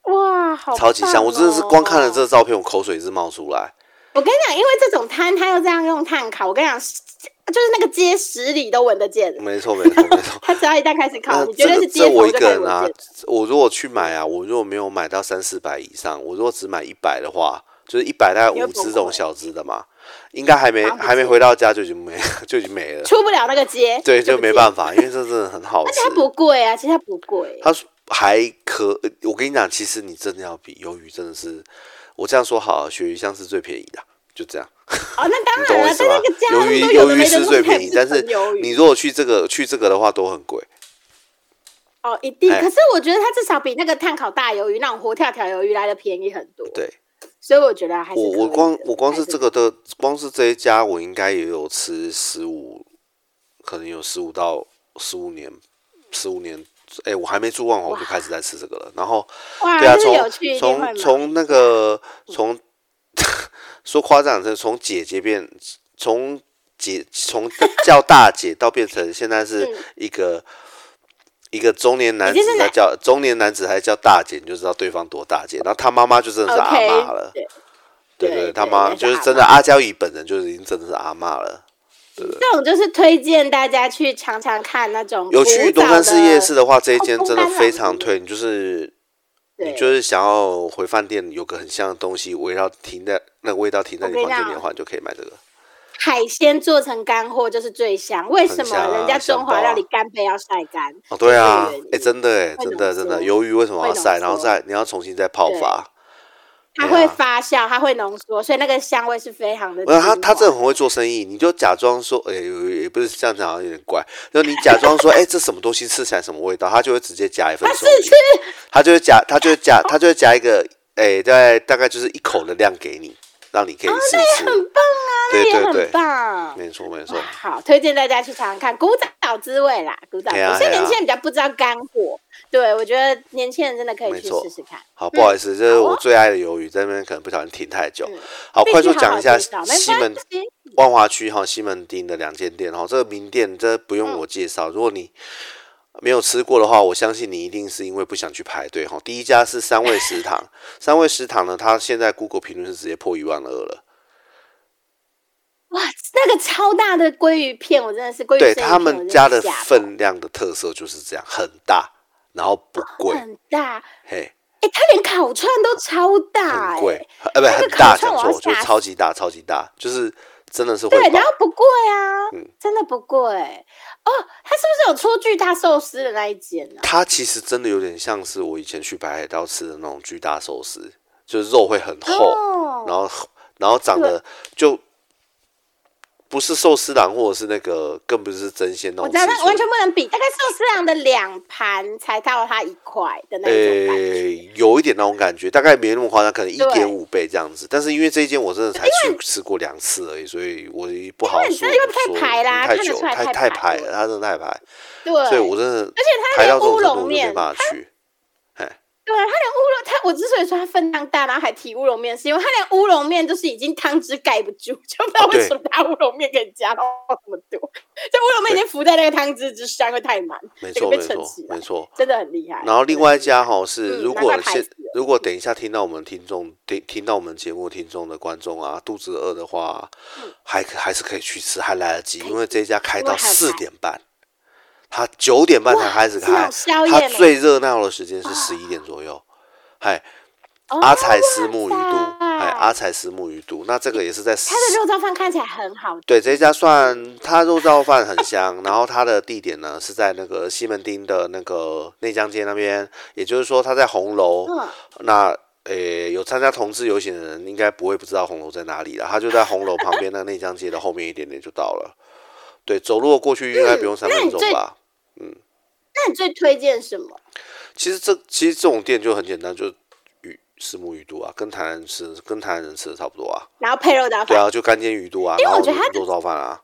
哇，好、哦超级香。我真的是光看了这。个照片，我口水是冒出来。我跟你讲，因为这种摊它又这样用炭烤，我跟你讲，就是那个街十里都闻得见。。没错没错没错 它只要一旦开始烤，那你绝呃对这个是这街我头一就个开始人闻啊见。，我如果去买啊，我如果没有买到三四百以上，我如果只买一百的话，就是一百大概你会欸五只这崩种溃小只的嘛，应该还没好像不还没是回到家就已经没就已经没了。 出不了那个街，对，就没法。办法，因为这真的很好 而吃且。它不贵啊，其实它不贵。他说还可，呃我跟你讲，其实你真的要比鱿鱼真的是，我这样说好了，鳕鱼香是最便宜的，就这样，哦，那当你然懂我了意，但思是吗那个？家鱿鱼都有鱿的鱼没的是东最西，它也便不宜，但是纯鱿你鱼如果去这个去这个的话都很贵，哦，一定。哎可是我觉得它至少比那个碳烤大鱿鱼那种活跳跳鱿鱼来的便宜很多，对所以我觉得还是我可我以光的我光还是这个的，光是这一家我应该也有吃十五，可能有十五到十五年，十五年，哎、我还没住万华我就开始在吃这个了，然后。哇，对啊，这是有趣，从一定会从买从那个从说夸张是从姐姐变从姐从叫大姐到变成现在是嗯一个、一个中年男已经子是在男叫中年男子还叫大姐，你就知道对方多大姐。然后他妈妈就真的是阿 OK，妈了，对对对对，他对妈也是就是阿真的阿娇姨本人就是已经真的是阿妈了。这种就是推荐大家去尝尝看那种有去古龙早山寺的夜市，的话，这一哦间东真的山老非常屋推，你就是你对，就是想要回饭店有个很香的东西，围绕停在那个味道停在你我跟你房间里的讲话，你就可以买这个。海鲜做成干货就是最香。为什很香啊么人家中华料理香啊干贝要晒干？哦，对啊这是原，哎，因真的哎，会真的浓真的，缩鱿鱼为什么会要浓晒？然后缩再你要重新再泡对发。它对会啊发酵，它会浓缩，所以那个香味是非常的我精想华。他他这很会做生意，你就假装说，哎、也不是这样讲，好像有点怪。就你假装说，哎、这什么东西吃起来什么味道，他就会直接夹一份送你，他就会夹，他就会夹，他就会夹一个，哎、大概大概就是一口的量给你，让你可以试哦很吃。棒啊，对那也对很对，棒。没错没错哇，好，推荐大家去尝尝看古早滋味啦，古早滋味。嘿啊有些嘿啊年轻人比较不知道干货，对我觉得年轻人真的可没以去错试试看。好，不好意思，这是好哦我最爱的鱿鱼，在那边可能不小心停太久。嗯好，必快须速好讲好一下介绍没西关门系万华区哈西门町的两间店哈，这个名店这不用嗯我介绍，如果你没有吃过的话，我相信你一定是因为不想去排队哈。第一家是三味食堂，三味食堂呢，它现在 Google 评论是直接破一万二了。哇，那个超大的鲑鱼片，我真的是鲑鱼生对鱼片他我们真是家的吓到分量的特色就是这样，很大，然后不贵，哦很大，嘿，哎、它连烤串都超大、很哎，贵，呃，不那个很大，烤串讲我错，要我就吓超级大，超级大，就是真的是会对，饱然。后不贵啊，嗯真的不贵。哦，它是不是有出巨大寿司的那一间呢、它其实真的有点像是我以前去北海道吃的那种巨大寿司，就是肉会很厚，哦然后然后长得就不是寿司郎，或者是那个，更不是真鲜那我种知道吃那出完来。全不能比，大概寿司郎的两盘才到它一块的那种感觉。诶、有一点那种感觉，大概没那么夸张，可能一对点五倍这样子。但是因为这一间我真的才去吃过两次而已，所以我也不好因为你说。真的又太说嗯排啦太看得久，出来太太排太排了了，它真的太排，对，所以我真的而且它排连到这种乌程龙度我就没面办法去。对啊它连乌龙，它我之所以说它分量大，然后还提乌龙面，是因为它连乌龙面就是已经汤汁盖不住，就不知道哦为什么它乌龙面可以加到这么多，就乌龙面已经浮在那个汤汁之上，会太满，没这个啊错，被没撑错起，来没错。真的很厉害。然后另外一家哈是，嗯如难果怪排现死了如果等一下听到我们听众听听到我们节目听众的观众啊，肚子饿的话，还可还是可以去吃，还来得及，因为这一家嗯哎开因为到还有四开点半，它九点半才哇开始是那开种宵，它夜美最热闹的时间是十一点左右，嗨，哦阿彩石木鱼肚，哇哎，塞阿彩石木鱼肚，那这个也是在它的肉燥饭看起来很好嗯吃，对，这一家算它肉燥饭很香，然后它的地点呢是在那个西门町的那个内江街那边，也就是说它在红楼。嗯那诶，有参加同志游行的人应该不会不知道红楼在哪里了，它就在红楼旁边那个内江街的后面一点点就到了。对，走路过去应该不用三那分你钟最吧。那你最推荐什么？其实这其实这种店就很简单，就鱼石目鱼肚啊，跟台南吃跟台南人吃的差不多啊。然后配肉燥对饭，啊，就干煎鱼肚啊，因为然后我觉得它肉燥饭啊。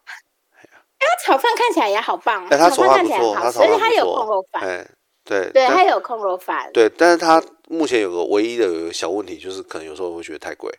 哎它炒饭看起来也好棒哦，哎、他炒手饭法看不起来很错，好他吃，手法而且不错。它有控肉饭，哎，对对，但它有控肉饭，对，但是他目前有个唯一的有个小问题，就是可能有时候会觉得太贵，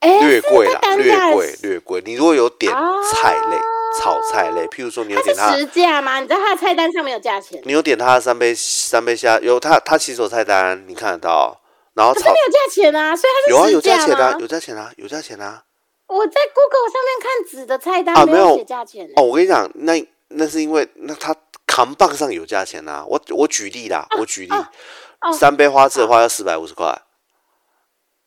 哎，略是贵它啦，单略价贵，略贵。你如果有点哦菜类、炒菜类，譬如说你有它是点他，实价吗？你知道它的菜单上面有价钱，你有点他的三杯三杯虾，有他他骑手菜单你看得到，然后可是没炒有价钱啊，所以它是有啊实有价价钱啊吗有价钱啊有价钱啊。我在 Google 上面看纸的菜啊单没有有写价钱欸、哦，我跟你讲，那那是因为那他扛棒上有价钱啊。我我举例啦，我举例，哦三杯花枝的话要四百五十块。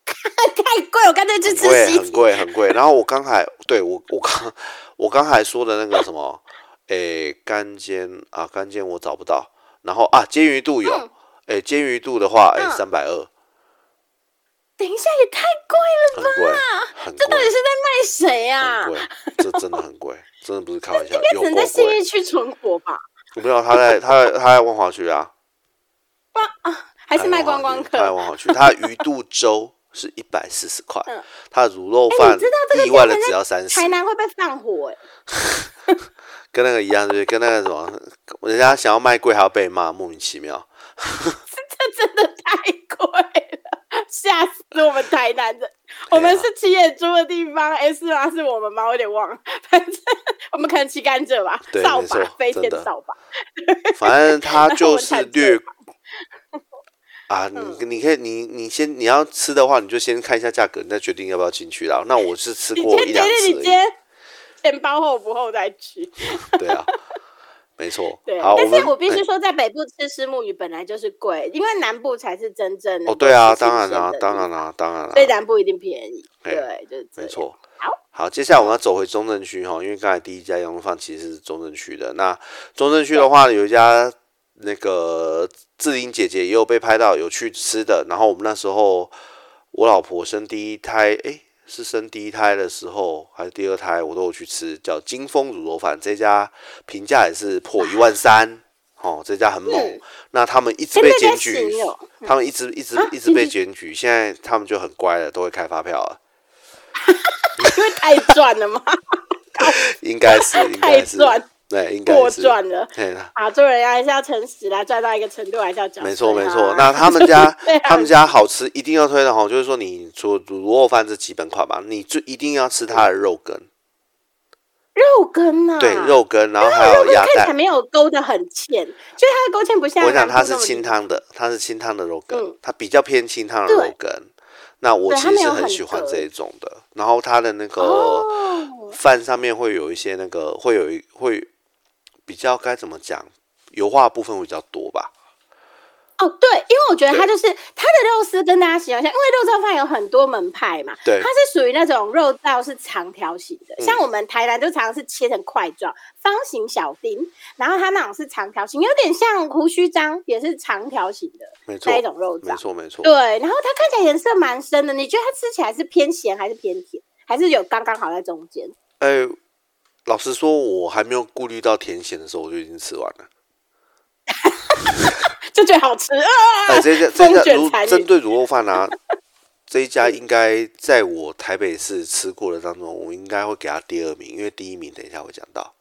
太贵，我干脆去很吃贵，西很贵，很贵。然后我刚才对我我刚我刚才说的那个什么，诶、干煎啊，干煎我找不到。然后啊，煎鱼肚有，嗯诶、煎鱼肚的话，诶、嗯三百二，等一下也太贵了，很贵，很这到底贵，是在卖谁啊很？贵，这真的 很贵，真的不是开玩笑，应该有只能够在信贵义。区存活吧？我没有，他在他在他在万华区啊，还是卖观光他在客？万华区，他的鱼肚粥是一百四十块嗯，他的卤肉哎饭你知道这个意外店的本来只要三十台。南会被放火哎、跟那个一样，就是跟那个什么，人家想要卖贵还要被骂，莫名其妙。这真的太贵了，吓死我们台南人！我们是骑野猪的地方，哎、是吗？是我们吗？我有点忘了，反正我们可能骑甘蔗吧对，扫没把错，飞真天的扫把。。反正他就是略啊，嗯你你可以，你你先你要吃的话，你就先看一下价格，你再决定要不要进去啦。那我是吃你过先一决两定次你今而天钱包厚不厚再去。已，对啊，没错 对，。啊好，但们是我必须哎说，在北部吃虱目鱼本来就是贵，因为南部才是真正哦，对啊，能够吃当然新鲜啦、的当鱼然啦、当然啦、所以南部一定便宜。嘿对，就是这哎没样。错。好，接下来我们要走回中正区哈，因为刚才第一家羊肉饭其实是中正区的。那中正区的话，有一家那个呃志玲姐姐也有被拍到有去吃的。然后我们那时候我老婆生第一胎，诶、是生第一胎的时候还是第二胎，我都有去吃，叫金丰卤肉饭。这家评价也是破一万三，哦，这家很猛。嗯那他们一直跟被那家检举行哦，他们一直一直啊一直被一直检举，现在他们就很乖了，都会开发票了。因为太赚了嘛，应 该是，应该是，赚对， 应该过是，赚了。对啦，啊，做人还是要诚实啦，赚到一个程度还是要讲。啊没错没哎错。那他们家 对啊他们家好吃，一定要推的哈，就是说你除了卤肉饭这基本款吧，你就一定要吃它的肉羹，肉羹啊，对，肉羹，然后还肉有羹鸭看起来蛋。没有勾的很浅，所以它的勾芡不像。我想它是清，汤的，它是清汤的肉羹嗯，它比较偏清汤的对肉羹。那我对其它实没是有很很喜欢隔这一种的，然后它的那个哦，饭上面会有一些那个，会有一会比较该怎么讲，油画的部分会比较多吧。哦，对，因为我觉得对它就是它的肉丝，跟大家形容一下，因为肉燥饭有很多门派嘛，对它是属于那种肉燥是长条形的，嗯像我们台南就常常是切成块状，方形小丁，然后它那种是长条形，有点像胡须章，也是长条形的没错那一，种肉没燥。错，没错。对，然后它看起来颜色蛮深的，你觉得它吃起来是偏咸还是偏甜，还是有刚刚好在中间？ 哎，老实说，我还没有顾虑到甜咸的时候，我就已经吃完了。就觉得好吃啊！哎，这家这风家卷如残云针对卤肉饭啊，这一家应该在我台北市吃过的当中，我应该会给他第二名，因为第一名等一下会讲到。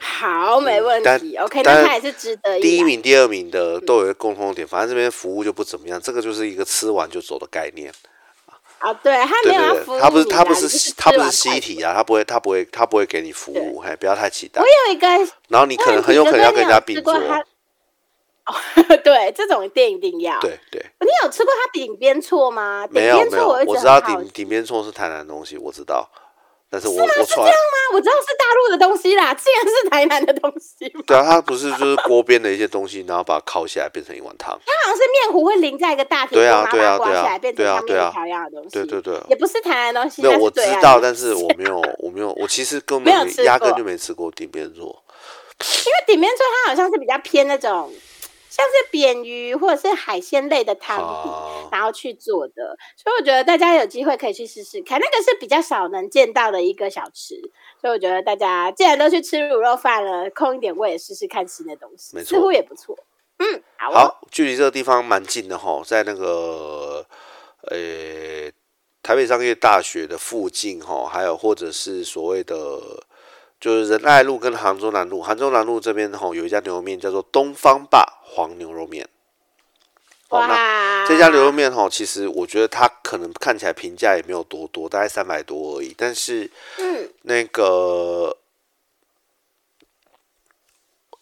好，没问题。嗯但 OK，但那它也是值得一第一啊名、第二名的都有一个共通点，反正这边服务就不怎么样，这个就是一个吃完就走的概念。啊，对，它对没有要对服务对，他你啊你不是他不就是是他吃不完是快西乐体啊，他不会他不会他不会给你服务，嘿，不要太期待。还有一个然后你可能很有可能要跟人家并桌，问题哥哥你有吃过它哦对，这种店一定要。，对对，你有吃过它顶边错吗？顶没有边没错有我，一直我知很道好顶奇顶边错是台南的东西，我知道，但是我吗我是这从样来吗？我知道是大陆的东西啦，竟然是台南的东 西。对啊，它不是就是锅边的一些东西，然后把它烤起来变成一碗 汤，它好像是面糊会淋在一个大铁对锅，啊然后对把啊它刮对下啊来变成对啊像对面啊条一样的东西。对对对。也不是台南的东西，没有，但是我知对岸道，的但是我没有，我没有，我其实根没有本吃压根过就没吃过顶边错。因为顶边做它好像是比较偏那种，像是扁鱼或者是海鲜类的汤底，啊然后去做的，所以我觉得大家有机会可以去试试看，那个是比较少能见到的一个小吃，所以我觉得大家既然都去吃卤肉饭了，空一点我也试试看新的东西，没错似乎也不错。嗯，好,、哦、好，距离这个地方蛮近的哈，在那个呃台北商业大学的附近哈，还有或者是所谓的就是仁爱路跟杭州南路，杭州南路这边哈有一家牛肉面叫做东方霸黄牛肉面。哦，那哇，这家牛肉面哈，其实我觉得它可能看起来评价也没有多多，大概三百多而已。但是嗯，那个，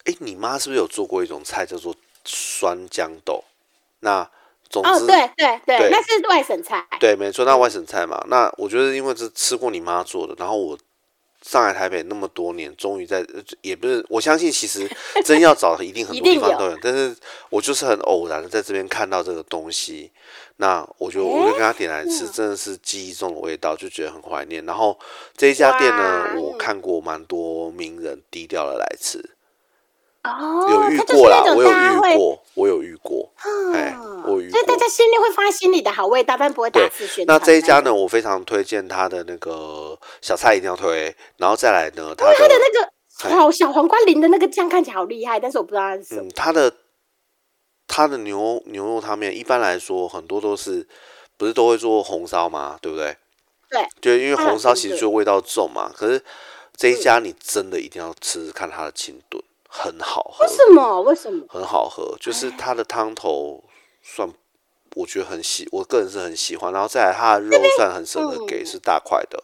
哎、你妈是不是有做过一种菜叫做酸豇豆？那总哦，之，对对对，对那是外省菜，对，没错，那外省菜嘛。那我觉得，因为是吃过你妈做的，然后我上海、台北那么多年，终于在，呃也不是，我相信其 实真要找，一定很一多地定方有都有。但是我就是很偶然的在这边看到这个东西，那我就我就跟他点来吃，真的是记忆中的味道，就觉得很怀念。然后这一家店呢，哇嗯我看过蛮多名人低调的来吃，哦，有遇它就是过啦那，种我有大家遇会，过，我有遇过，哎、嗯我有遇所以过大。家心里会发心里的好味道，但不会大对肆宣传。那这一家呢，我非常推荐它的那个小菜一定要推，然后再来呢，它它的的哦那哎个好小黄瓜淋的那个酱看起来好厉害，但是我不知道它是什么。嗯，它的它的牛牛肉汤面，一般来说很多都是不是都会做红烧嘛，对不对？对，就因为红烧其实嗯就味道重嘛，可是这一家你真的一定要吃吃看它的清炖，很好喝为，什么？为什么？哎很好喝，就是它的汤头算。我觉得很喜，我个人是很喜欢，然后再来它的肉算很舍得给，嗯是大块的，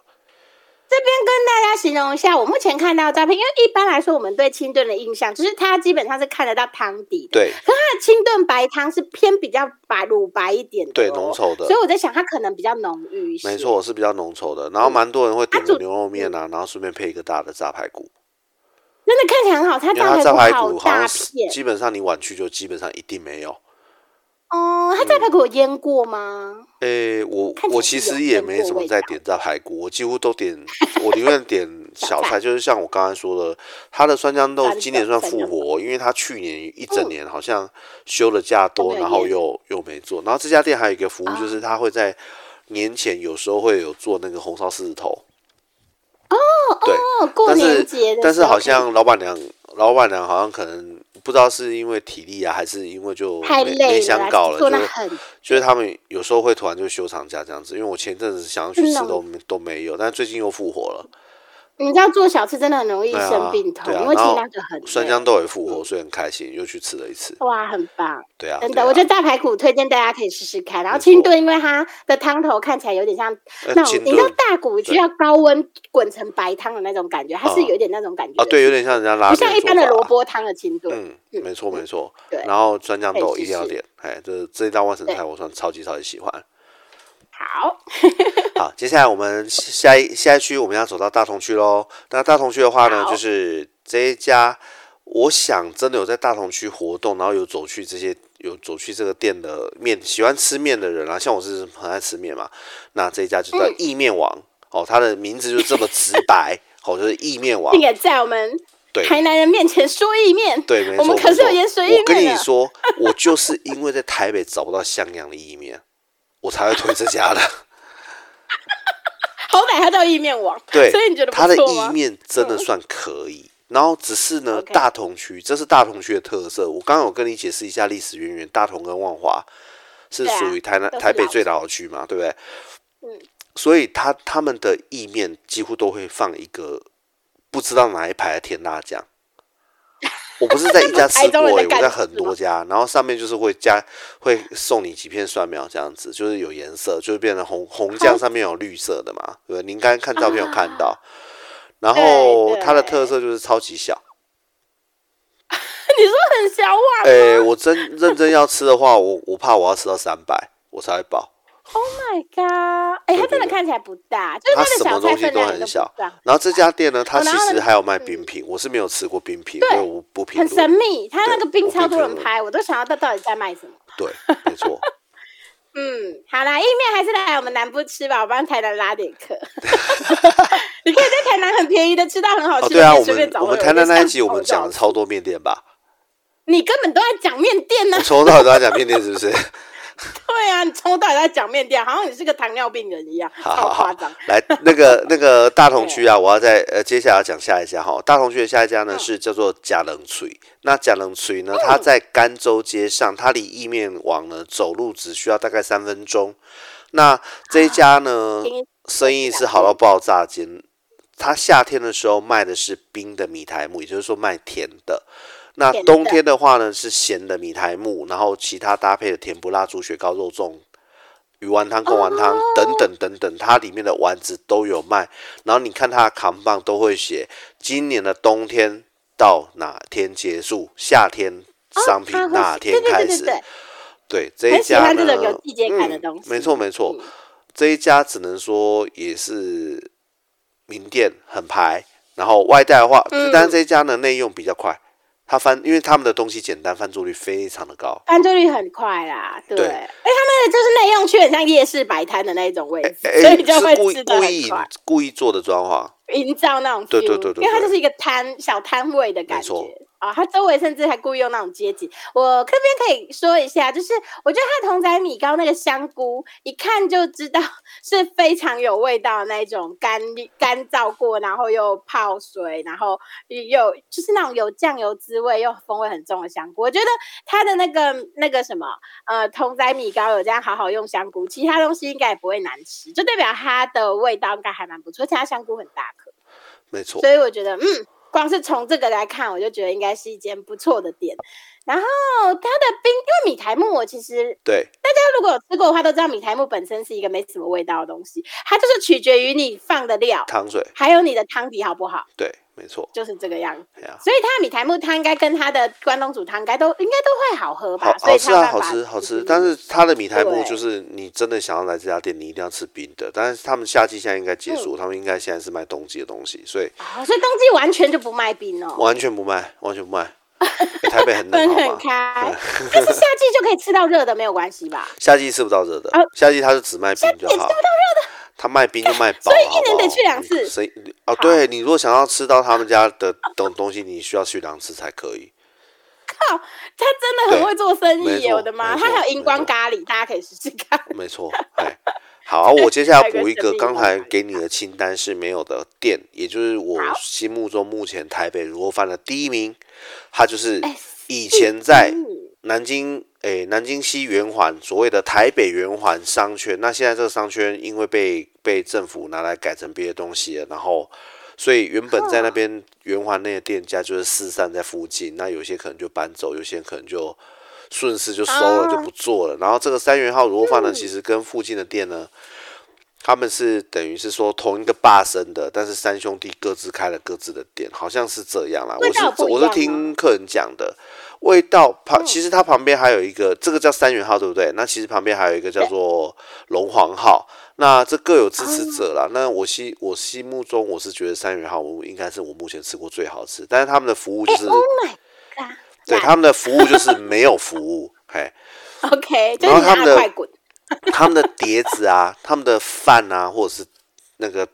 这边跟大家形容一下，我目前看到的照片，因为一般来说我们对清炖的印象就是它基本上是看得到汤底的，对它的清炖白汤是偏比较白乳白一点的、对，浓。稠的所以。我在想，它可能比较浓郁一些。没，错，是比较浓稠的。然后蛮多人会点它个嗯煮牛肉面啊，然后顺便配一个大的炸排骨，真的看起来很好，它因为它炸炸排排骨骨好大像是片基本上你晚去就基本上一定没有。哦，嗯它炸排骨有腌过吗？诶、我看起来我是其有实腌也没过什么味在道点炸排骨，我几乎都 点，我宁愿点小菜菜，就是像我刚才说的，它的酸豇豆酸今年豆算酸复豇豆活，因为它去年一整嗯年好像休了假多，没有然后腌又又没做。然后这家店还有一个服务，就啊是它会在年前有时候会有做那个红烧狮子头。哦，对，哦，过但是年节的时候但是好像老板娘，老板娘好像可能不知道是因为体力啊，还是因为就太没累没了，想搞了，做就那是很就是他们有时候会突然就休长假这样子。因为我前阵子想要去真吃的哦都没都没有，但最近又复活了，你知道做小吃真的很容易对啊生病痛，对啊因为其然实后那个很酸累豇豆也复活，所以很开心，又去吃了一次。哇，很棒，对啊，真的，对啊我觉得大排骨推荐大家可以试试看。然后没错清炖，因为它的汤头看起来有点像呃那种，清你知道炖大骨需要高温滚成白汤的那种感觉，它是有点那种感觉啊，，对，有点像人家拉不面像一做般的法啊萝卜汤的清炖。嗯，没错没错。对然后酸豇可以豆试一定要试点，哎，这这一道万神对菜我算超级超级喜欢。好， 好，接下来我们下一下一区我们要走到大同区喽。那大同区的话呢，好就是这一家，我想真的有在大同区活动，然后有走去这些有走去这个店的面，喜欢吃面的人啊，像我是很爱吃面嘛。那这一家就叫嗯意面王、哦，它的名字就这么直白， 哦，就是意面王并。且在我们对，台南人面前说意面，对，没错，我们可没是有错盐水我意跟面啊你的说，我就是因为在台北找不到像样的意面，我才会推这家的。好歹他叫意面王，对，所以你觉得不它的错意吗？嗯面真的算可以。然后只是呢， OK 大同区这是大同区的特色。我刚刚有跟你解释一下历史渊源，大同跟万华是对啊属于台南、都是台北老最老的区嘛，对不对？嗯，所以他他们的意面几乎都会放一个不知道哪一排的甜辣酱。我不是在一家吃 台中人过、欸，在我干在什很么多家，然后上面就是会加会送你几片蒜苗这样子，就是有颜色，就是变成红红酱上面有绿色的嘛，对不对？您刚刚看照片有看到，然后对它的对特色就是超级小。你说很小碗哎、我真认真要吃的话，我我怕我要吃到三百，我才会饱。 ，Oh my god！哎、它对对真的对看起来不大，就是它的什么小东菜西分都量也很不小大，然后这家店呢，它哦其然后实呢还有卖冰品，我是没有吃过冰品，对因为我不评很神论。秘。它那对个冰我超并多不人能拍，我都想要它到底在卖什么。对，没错。嗯，好啦，意面还是来我们南部吃吧，我帮台南拉点客。你可以在台南很便宜的吃到很好哦，吃对的，啊，可以我随便们找我们有台南那一集就我们上讲网了超多面店吧？你根本都在讲面店呢、我从头到尾都在讲面店，是不是？ 对啊，你从头到尾都在讲面店，好像你是个糖尿病人 一样，好好超夸好张。，来那个那个大同区啊，我要再呃接下来要讲下一家哈。大同区的下一家嗯呢是叫做假冷锤。那假冷锤呢，它在甘州街上，它离意面网呢走路只需要大概三分钟。那这一家呢，啊听生意是好到爆炸间。它夏天的时候卖的是冰的米苔木，也就是说卖甜的。那甜的冬天的话呢，是咸的米苔木，然后其他搭配的甜不辣猪血糕、肉粽、鱼丸汤、贡丸哦汤等等等等，它里面的丸子都有卖。然后你看它的扛棒都会写今年的冬天到哪天结束，夏天商品哦它会哪是天对开对对始。对对，对这一很喜家欢呢，这种有季节感的东西嗯、没错没错，这一家只能说也是名店很排，然后外带的话，嗯但是这一家呢内用比较快，它翻，因为他们的东西简单，翻桌率非常的高。翻桌率很快啦。对，对哎、他们就是内用区很像夜市摆摊的那种位置，哎所以就会是故吃意的故意很快，故意做的装潢，营造那种 feel, 对对对对因为它对就是一个摊小摊位的感没觉错。啊、它周围甚至还故意用那种街景。我这边可以说一下，就是我觉得它的同仔米糕那个香菇，一看就知道是非常有味道的那一种干 干燥过，然后又泡水，然后又就是那种有酱油滋味又风味很重的香菇。我觉得它的那个那个什么呃同仔米糕有这样好好用香菇，其他东西应该也不会难吃，就代表它的味道应该还蛮不错，而且它香菇很大颗。没错。所以我觉得，嗯，光是从这个来看，我就觉得应该是一间不错的店。然后它的冰，因为米苔木，我其实对，大家如果有吃过的话，都知道米苔木本身是一个没什么味道的东西，它就是取决于你放的料，汤水，还有你的汤底好不好，对，没错。就是这个样子。哎呀，所以它的米苔木汤应该跟它的关东煮汤应该都应该都会好喝吧好？所好以吃它有啊，办好法吃好就是吃。但是它的米苔木对就是你真的想要来这家店，你一定要吃冰的。但是他们夏季现在应该嗯结束，他们应该现在是卖冬季的东西，所以哦，所以冬季完全就不卖冰哦，完全不卖，完全不 卖。欸台北很冷，分好很吗？开。 但是夏季就可以吃到热的，没有关系吧？夏季吃不到热的啊，夏季它是只卖冰夏就季也吃不好。他卖冰就卖饱，所以一年得去两次所以哦，对你如果想要吃到他们家的东东西，你需要去两次才可以。他真的很对会做生没意耶！错我的妈，没他错还有荧光没错咖喱，大家可以试试看。没错，哎，好，我接 下来补一还有个一个神秘刚才的给你的清单是没有的店，也就是我心目中目前台北如果翻的第一名，它就是哎以前在嗯南京，诶、南京西圆环所谓的台北圆环商圈，那现在这个商圈因为被被政府拿来改成别的东西了，然后。所以原本在那边圆环内的店家就是四散在附近，那有些可能就搬走，有些可能就顺势就收了，啊就嗯不做了。然后这个三元号卤肉饭呢，其实跟附近的店呢，他们是等于是说同一个霸生的，但是三兄弟各自开了各自的店，好像是这样啦。味我道是不一我样是吗听客人讲的，味道嗯旁其实它旁边还有一个，这个叫三元号对不对？那其实旁边还有一个叫做龙皇号，那这各有支持者哦啦。那我心我心目中我是觉得三元号我应该是我目前吃过最好吃，但是他们的服务就是、 Oh my god！对他们的服务就是没有服务， 嘿。 OK，就然是你拿后他们的快滚。哦他们的碟子啊，他们的饭啊，或者是那个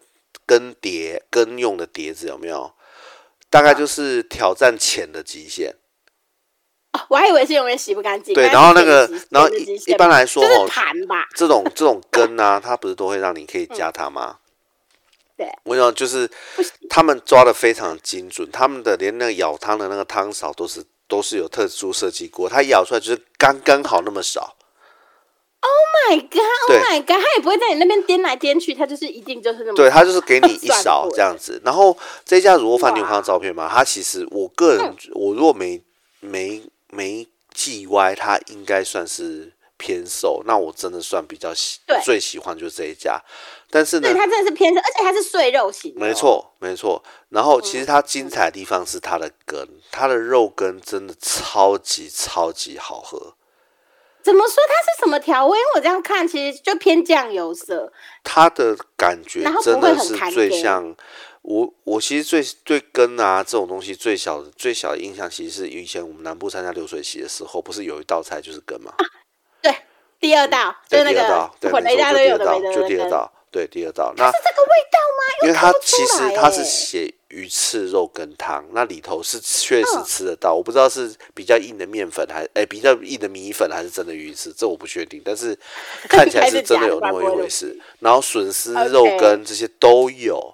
羹碟羹用的碟子有没有？大概就是挑战浅的极限。哦我还以为是永远洗不干净。对，但是然后那个剪辑，然后剪辑一线一般来说就是哦， 盘吧。这种这种羹啊，它不是都会让你可以加它吗？对，我想就是他们抓的非常精准，他们的连那个舀汤的那个汤勺都是都是有特殊设计过，它舀出来就是刚刚好那么少。 Oh my god! 对 Oh my god! 他也不会在你那边颠来颠去，他就是一定就是那么对，他就是给你一算勺过这样 子。然后这家如果饭你有看到哇照片吗？它其实我个人，我如果没没没记歪，它应该算是偏瘦。那我真的算比较喜对最喜欢就是这一家，但是呢对，，它真的是偏瘦，而且它是碎肉型的哦、没错没错。然后嗯其实它精彩的地方是它的根，它的肉羹真的超级超级好喝。怎么说它是什么调味？因为我这样看，其实就偏酱油色。它的感觉然后不真会的很是弹最根像我，我其实最对根啊这种东西最小的最小的印象，其实是以前我们南部参加流水席的时候，不是有一道菜就是根嘛？对，第二道、就嗯对，啊那第二个道，对，混了没一错，大就堆有第二的没道，的，就第二。道，对，第二道。那是这个味道吗？因为看它不出其实来它是耶写鱼翅肉羹汤，那里头是确嗯实吃得到，我不知道是比较硬的面粉还哎、比较硬的米粉还是真的鱼翅，这我不确定，但 是看起来还是是真假的的有那吧么不会一回弄事。然后笋丝肉羹这些都有，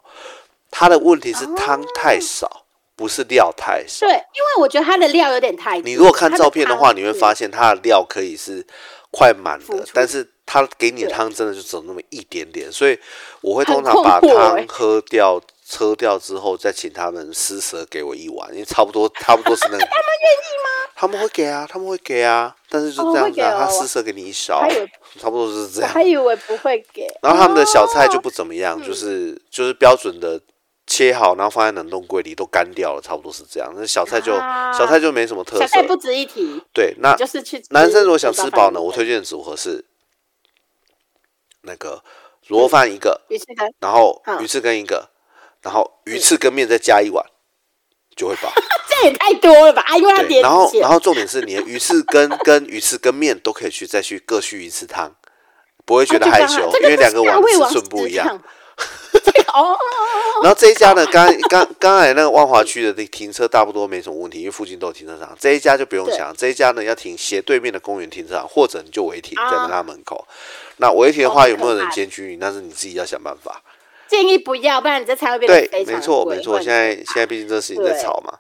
它的问题是汤哦太少，不是料太少。对，因为我觉得它的料有点太多。你如果看它照片的话，汤你会发现它的料可以是快满浮的出，但是它给你的对汤真的就只有那么一点点，所以我会通很常困把惑汤欸喝掉、喝掉之后，再请他们施舍给我一碗，因为差不多差不多是 那个。他们愿意吗？他们会给啊，他们会给啊，但是就哦这样会子给啊，他哦施舍给你一勺还有，差不多就是这我样。还以为不会给。然后他们的小菜就哦不怎么样，就是就是标准的切好，然后放在冷冻柜里都干掉了，差不多是这样。那小菜就、啊小菜就没什么特小色菜。不值一提，对，那就是去吃男生如果想这道吃饭饱的呢，我那推荐的组合是那个卤肉饭一个，个鱼翅羹然后嗯鱼翅羹一个，然后鱼翅跟面再加一碗，就 会饱。这也太多了吧？啊因为它对，点然后起来然后重点是你的鱼翅羹跟鱼翅跟面都可以去再去各续一次汤，不会觉得啊就害刚好羞，这因个为就两是个碗大胃王尺寸不之一样唱。。 这个哦，然后这一家呢，刚刚刚才那个万华区的那停车大不多没什么问题，因为附近都有停车场。这一家就不用对想，这一家呢要停斜对面的公园停车场，或者你就违停在啊他门口。那违停的话，哦有没有很可人怕检举你？那是你自己要想办法。建议不要，不然你哦这菜会变对得，非常没错，贵没错。会现在现在毕竟这事情在对吵嘛。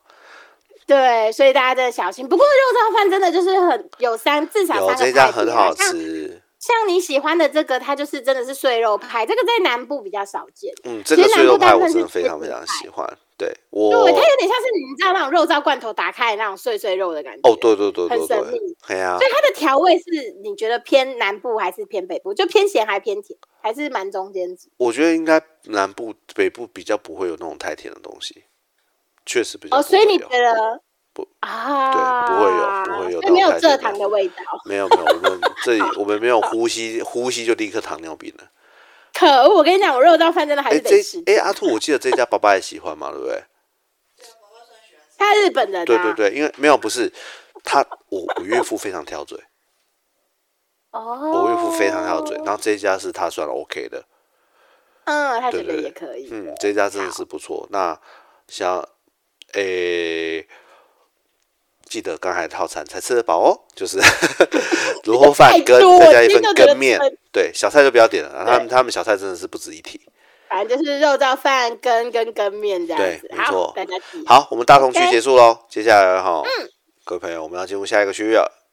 对，所以大家真的小心。不过肉燥饭真的就是很有三，至少有三这个一家派别很啊好像吃，像你喜欢的这个，它就是真的是碎肉派，这个在南部比较少见。嗯，这其个实碎南肉部大派部我分真的是非自常非助常派喜欢。对对，我它，有点像是你知道那种肉燥罐头打开那种碎碎肉的感觉。哦，。对对对很对神对秘，哎呀所，以它的调味是你觉得偏南部还是偏北部？就偏咸还偏甜，还是蛮中间值？我觉得应该南部北部比较不会有那种太甜的东西，确实比较哦，不所以会你有觉得不啊？对不会有不会有所以没那有种太蔗甜的糖的味道。没有没有，我们这 里我们没有呼吸，呼吸就立刻糖尿病了。可恶！我跟你讲，我肉燥饭真的还哎，是这得吃。哎阿兔，我记得这家爸爸也喜欢嘛，对 不对？他日本人、啊，对对对，因为没有不是他，我我岳父非常挑嘴，哦，我岳父非常挑嘴，然后这一家是他算 OK 的，嗯，他对觉得对也对，可以。嗯，这一家真的是不错。那想诶、记得刚才套餐才吃得饱哦，就是 卤 肉饭太跟多再我加一今天份都觉得羹面很，对，小菜就不要点了，他们对他们小菜真的是不值一提。反正就是肉燥饭跟跟羹面这样子。对没错好，大家记。好，我们大同区 OK 结束喽。接下来哈，各位朋友，我们要进入下一个区域了。